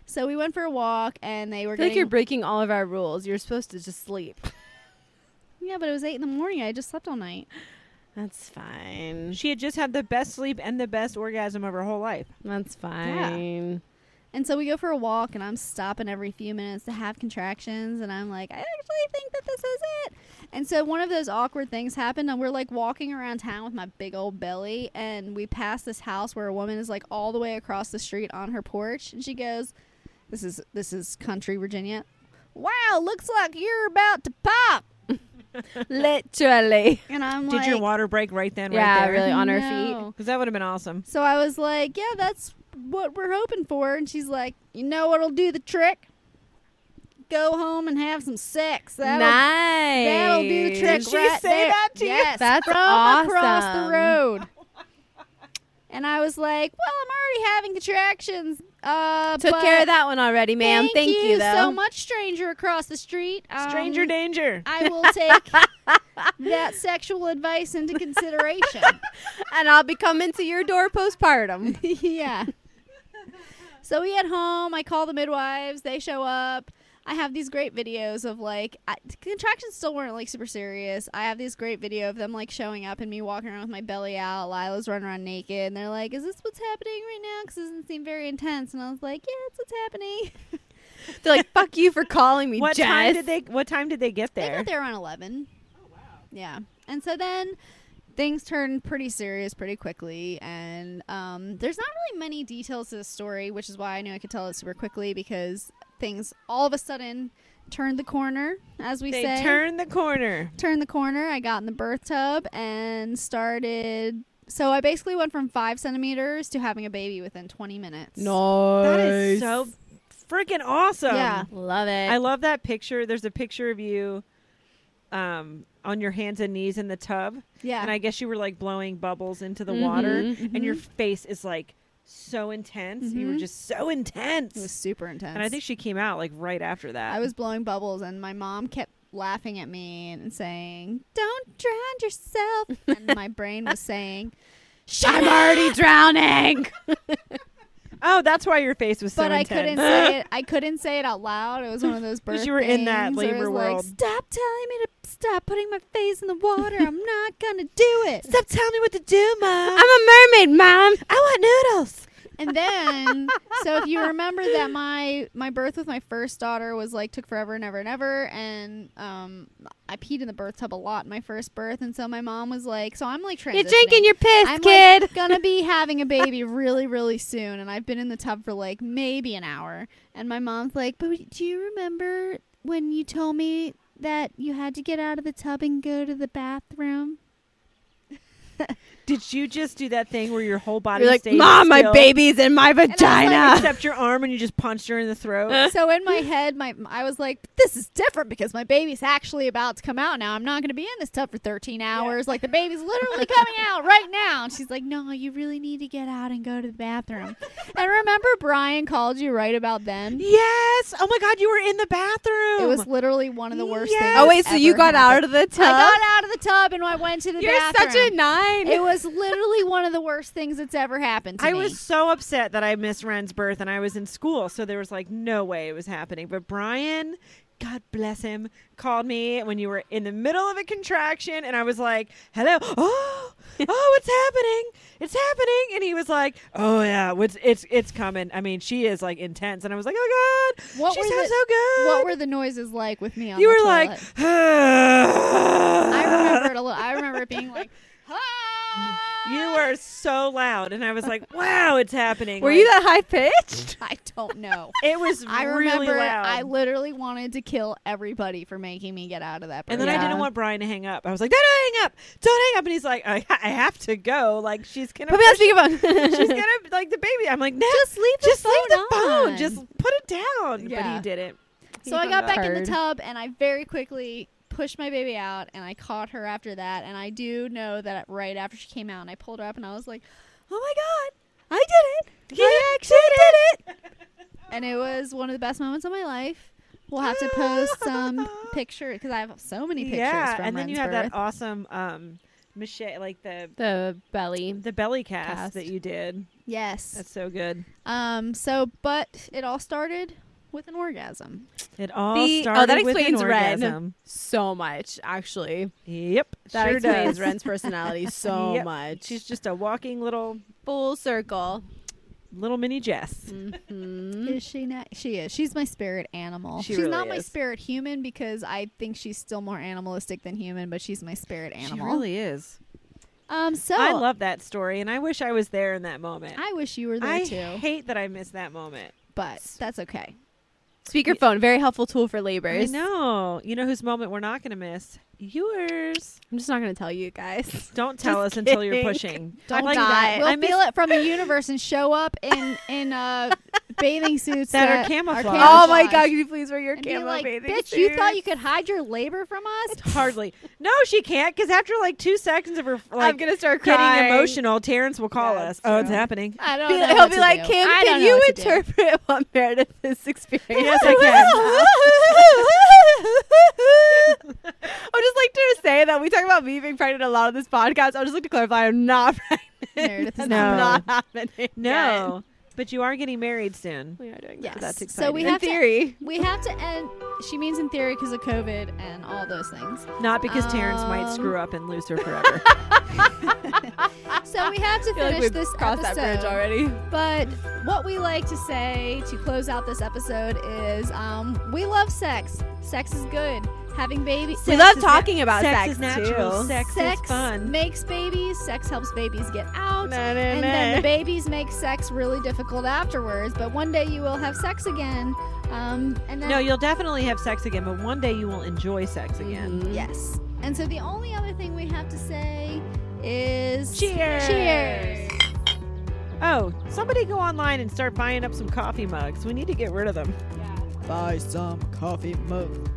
Speaker 1: So we went for a walk, and they were
Speaker 2: I feel like
Speaker 1: getting
Speaker 2: you're breaking all of our rules. You're supposed to just sleep.
Speaker 1: yeah, but it was eight in the morning. I just slept all night.
Speaker 2: That's fine.
Speaker 1: Mm.
Speaker 3: She had just had the best sleep and the best orgasm of her whole life.
Speaker 2: That's fine.
Speaker 1: And so we go for a walk, and I'm stopping every few minutes to have contractions, and I'm like, I actually think that this is it. And so one of those awkward things happened, and we're like walking around town with my big old belly, and we pass this house where a woman is like all the way across the street on her porch, and she goes, "This is this is country Virginia. Wow, looks like you're about to pop."
Speaker 2: Literally.
Speaker 1: And I'm
Speaker 3: Did
Speaker 1: like,
Speaker 3: your water break right then,
Speaker 2: Yeah,
Speaker 3: right there?
Speaker 2: really. on her
Speaker 1: "No."
Speaker 3: Because that would have been awesome.
Speaker 1: So I was like, yeah, that's what we're hoping for. And she's like, you know what'll do the trick? Go home and have some sex. That'll,
Speaker 2: nice.
Speaker 1: that'll do the trick.
Speaker 3: Did she
Speaker 1: right
Speaker 3: say
Speaker 1: there.
Speaker 3: that to you?
Speaker 1: yes,
Speaker 2: That's
Speaker 1: from across the
Speaker 2: awesome.
Speaker 1: road. And I was like, well, I'm already having contractions. Uh,
Speaker 2: Took
Speaker 1: but
Speaker 2: care of that one already, ma'am.
Speaker 1: Thank, you, so much, stranger across the street. Um,
Speaker 3: Stranger danger.
Speaker 1: I will take that sexual advice into consideration.
Speaker 2: And I'll be coming to your door postpartum.
Speaker 1: yeah. So we get home. I call the midwives. They show up. I have these great videos of like I, contractions still weren't like super serious. I have this great video of them like showing up and me walking around with my belly out. Lila's running around naked, and they're like, "Is this what's happening right now?" Because it doesn't seem very intense. And I was like, "Yeah, it's what's happening."
Speaker 4: They're like, fuck you for calling me
Speaker 3: What
Speaker 4: Jess.
Speaker 3: time did they? What time did they get there?
Speaker 1: They got there around eleven. Oh wow. Yeah, and so then things turned pretty serious pretty quickly, and um, there's not really many details to the story, which is why I knew I could tell it super quickly because things all of a sudden turned the corner, as we
Speaker 3: They
Speaker 1: say.
Speaker 3: turned the corner.
Speaker 1: turned the corner. I got in the birth tub and started. So I basically went from five centimeters to having a baby within 20 minutes.
Speaker 2: No.
Speaker 3: That is so freaking awesome.
Speaker 1: Yeah.
Speaker 4: Love it.
Speaker 3: I love that picture. There's a picture of you um, on your hands and knees in the tub.
Speaker 1: Yeah. Mm-hmm.
Speaker 3: And I guess you were like blowing bubbles into the water,
Speaker 2: Mhm,
Speaker 3: and your face is like so intense. You were
Speaker 1: Mhm.
Speaker 3: just so intense.
Speaker 1: it was super intense.
Speaker 3: and I think she came out like right after that.
Speaker 1: I was blowing bubbles, and my mom kept laughing at me and saying, "Don't drown yourself." and my brain was saying, "Shut
Speaker 4: I'm
Speaker 1: up!"
Speaker 4: already drowning.
Speaker 3: Oh, that's why your face was so
Speaker 1: But I
Speaker 3: intense.
Speaker 1: couldn't say it. I couldn't say it out loud. It was one of those birth.
Speaker 3: 'Cause you were in that
Speaker 1: things where it
Speaker 3: labor
Speaker 1: was
Speaker 3: world.
Speaker 1: Like, Stop telling me to stop putting my face in the water. I'm not gonna do it.
Speaker 3: Stop telling me what to do,
Speaker 4: I'm
Speaker 3: mom.
Speaker 4: a mermaid, mom.
Speaker 3: I want noodles.
Speaker 1: And then, so if you remember that my my birth with my first daughter was like took forever and ever and ever, and um, I peed in the birth tub a lot in my first birth, and so my mom was like, so I'm like transitioning.
Speaker 4: You're drinking your piss,
Speaker 1: I'm
Speaker 4: kid.
Speaker 1: like gonna be having a baby really really soon, and I've been in the tub for like maybe an hour, and my mom's like, but do you remember when you told me that you had to get out of the tub and go to the bathroom?
Speaker 3: Did you just do that thing where your whole body
Speaker 2: You're like,
Speaker 3: stayed
Speaker 2: mom, my
Speaker 3: still,
Speaker 2: baby's in my
Speaker 1: was like-
Speaker 2: vagina.
Speaker 3: except your arm, and you just punched her in the throat?
Speaker 1: so in my head, my I was like, "This is different because my baby's actually about to come out now. I'm not going to be in this tub for 13 hours. Like the baby's literally coming out right now." And she's like, "No, you really need to get out and go to the bathroom." and remember, Brian called you right about then.
Speaker 3: Yes. Oh my God, you were in the bathroom.
Speaker 1: It was literally one of the worst
Speaker 3: Yes.
Speaker 1: things.
Speaker 2: oh wait, so you got out of the tub?
Speaker 1: I got out of the tub and I went to the
Speaker 2: You're
Speaker 1: bathroom.
Speaker 2: such a nine.
Speaker 1: It was literally one of the worst things that's ever happened to
Speaker 3: I
Speaker 1: me.
Speaker 3: was so upset that I missed Ren's birth and I was in school, so there was like no way it was happening. But Brian, God bless him, called me when you were in the middle of a contraction and I was like, Hello, oh, oh, it's happening. It's happening and he was like, Oh yeah, it's it's it's coming. I mean, she is like intense and I was like, Oh god,
Speaker 1: What
Speaker 3: she
Speaker 1: were
Speaker 3: sounds
Speaker 1: the-
Speaker 3: so good.
Speaker 1: what were the noises like with me on
Speaker 3: you
Speaker 1: the
Speaker 3: were
Speaker 1: toilet?
Speaker 3: like
Speaker 1: I remember it a little. I remember it being like, "Ah!"
Speaker 3: You were so loud and I was like, Wow, it's happening.
Speaker 2: Were
Speaker 3: Like,
Speaker 2: you that high
Speaker 3: Mm.
Speaker 2: pitched?
Speaker 1: I don't know.
Speaker 3: it was
Speaker 1: I
Speaker 3: really
Speaker 1: remember
Speaker 3: loud.
Speaker 1: I literally wanted to kill everybody for making me get out of that.
Speaker 3: And then I
Speaker 1: birth.
Speaker 3: didn't
Speaker 2: Yeah.
Speaker 3: want Brian to hang up. I was like, "No, no, hang up! Don't hang up!" And he's like, "I, I have to go. Like she's gonna,
Speaker 2: Put me on speakerphone.
Speaker 3: she's gonna like the baby." I'm like, "No,
Speaker 1: just leave. The
Speaker 3: just leave the
Speaker 1: phone
Speaker 3: phone.
Speaker 1: on.
Speaker 3: Just put it down." But he
Speaker 1: Yeah.
Speaker 3: didn't. He
Speaker 1: so I
Speaker 3: hung
Speaker 1: got
Speaker 3: up.
Speaker 1: back in the
Speaker 2: Hard.
Speaker 1: tub and I very quickly pushed my baby out and I caught her after that. And I do know that right after she came out, and I pulled her up and I was like, "Oh my god, I did it! I actually did it!" And it was one of the best moments of my life. We'll have to post some picture because I have so many pictures.
Speaker 3: Yeah,
Speaker 1: from
Speaker 3: and then
Speaker 1: Ren's
Speaker 3: you have
Speaker 1: birth.
Speaker 3: that awesome um, machete, like the
Speaker 4: The belly.
Speaker 3: the belly cast,
Speaker 4: Cast.
Speaker 3: that you did.
Speaker 1: Yes.
Speaker 3: That's so good.
Speaker 1: um. So, but it all started with an orgasm.
Speaker 3: It all
Speaker 2: The- oh,
Speaker 3: started
Speaker 2: that
Speaker 3: with
Speaker 2: explains
Speaker 3: an
Speaker 2: Ren.
Speaker 3: orgasm.
Speaker 2: so much, actually.
Speaker 3: Yep,
Speaker 2: That
Speaker 3: sure
Speaker 2: explains
Speaker 3: does.
Speaker 2: Ren's personality so
Speaker 3: Yep.
Speaker 2: much.
Speaker 3: She's just a walking little
Speaker 2: full circle.
Speaker 3: little mini Jess.
Speaker 2: Mm-hmm.
Speaker 1: Is she not? She is. She's my spirit animal.
Speaker 3: Hmm. She
Speaker 1: she's not
Speaker 3: really
Speaker 1: my
Speaker 3: is.
Speaker 1: spirit human because I think she's still more animalistic than human, but she's my spirit animal.
Speaker 3: She really is.
Speaker 1: um. So
Speaker 3: I love that story, and I wish I was there in that moment.
Speaker 1: I wish you were there
Speaker 3: I
Speaker 1: too,
Speaker 3: hate that I missed that moment.
Speaker 1: but that's okay.
Speaker 2: Speakerphone, very helpful tool for laborers.
Speaker 3: I know. You know whose moment we're not going to miss? Yours.
Speaker 2: I'm just not going to tell you guys.
Speaker 3: Don't tell us
Speaker 2: Just
Speaker 3: until you're
Speaker 2: kidding.
Speaker 3: pushing.
Speaker 1: Don't
Speaker 3: like
Speaker 1: die.
Speaker 3: that.
Speaker 1: We'll
Speaker 3: I miss-
Speaker 1: feel it from the universe and show up in in uh bathing suits
Speaker 3: That are
Speaker 1: camouflage.
Speaker 3: camouflage.
Speaker 2: Oh my god, can you please wear your
Speaker 1: And be
Speaker 2: camo
Speaker 1: like,
Speaker 2: bathing
Speaker 1: bitch, you thought
Speaker 2: suit?"
Speaker 1: you could hide your labor from us?
Speaker 3: Hardly. No, she can't because after like two seconds of her
Speaker 2: I'm
Speaker 3: like
Speaker 2: gonna start
Speaker 3: getting
Speaker 2: crying.
Speaker 3: emotional, Terrence will call
Speaker 2: Yeah,
Speaker 3: us.
Speaker 2: that's
Speaker 3: Oh,
Speaker 2: true.
Speaker 3: it's happening.
Speaker 1: I don't
Speaker 2: Be-
Speaker 1: know.
Speaker 2: he'll
Speaker 1: what
Speaker 2: be
Speaker 1: to
Speaker 2: like,
Speaker 1: do.
Speaker 2: Kim,
Speaker 1: I
Speaker 2: can
Speaker 1: don't know
Speaker 2: you
Speaker 1: what to do."
Speaker 2: interpret what Meredith is experiencing?
Speaker 3: Yes, I can.
Speaker 2: I just like to say that we talk about me being pregnant a lot on this podcast. I would just like to clarify, I'm not pregnant.
Speaker 1: Meredith is
Speaker 2: That's
Speaker 1: not
Speaker 2: not
Speaker 3: No.
Speaker 2: happening.
Speaker 3: No. But you are getting married soon.
Speaker 2: We are doing
Speaker 1: Yes.
Speaker 2: that.
Speaker 3: That's
Speaker 1: so we
Speaker 3: exciting.
Speaker 2: In
Speaker 1: have to
Speaker 2: theory.
Speaker 1: we have to end. She means in theory because of COVID and all those things.
Speaker 3: Not because Terrence might
Speaker 1: Um,
Speaker 3: screw up and lose her forever.
Speaker 1: So we have to
Speaker 2: I feel like
Speaker 1: finish
Speaker 2: we've
Speaker 1: this
Speaker 2: crossed
Speaker 1: episode.
Speaker 2: that bridge already.
Speaker 1: But what we like to say to close out this episode is, um, we love sex. Sex is good. Having babies.
Speaker 2: We love
Speaker 3: is na-
Speaker 2: talking about
Speaker 3: sex
Speaker 2: sex
Speaker 3: is natural.
Speaker 2: too.
Speaker 3: Sex is fun.
Speaker 1: makes babies. Sex helps babies get out.
Speaker 2: Na, na,
Speaker 1: and
Speaker 2: na.
Speaker 1: then the babies make sex really difficult afterwards. But one day you will have sex again. Um, and then
Speaker 3: no, you'll definitely have sex again, but one day you will enjoy sex again.
Speaker 2: Mhm.
Speaker 1: yes. And so the only other thing we have to say is
Speaker 3: Cheers!
Speaker 1: Cheers.
Speaker 3: Oh, somebody go online and start buying up some coffee mugs. We need to get rid of them.
Speaker 1: Yeah.
Speaker 5: Buy some coffee mugs.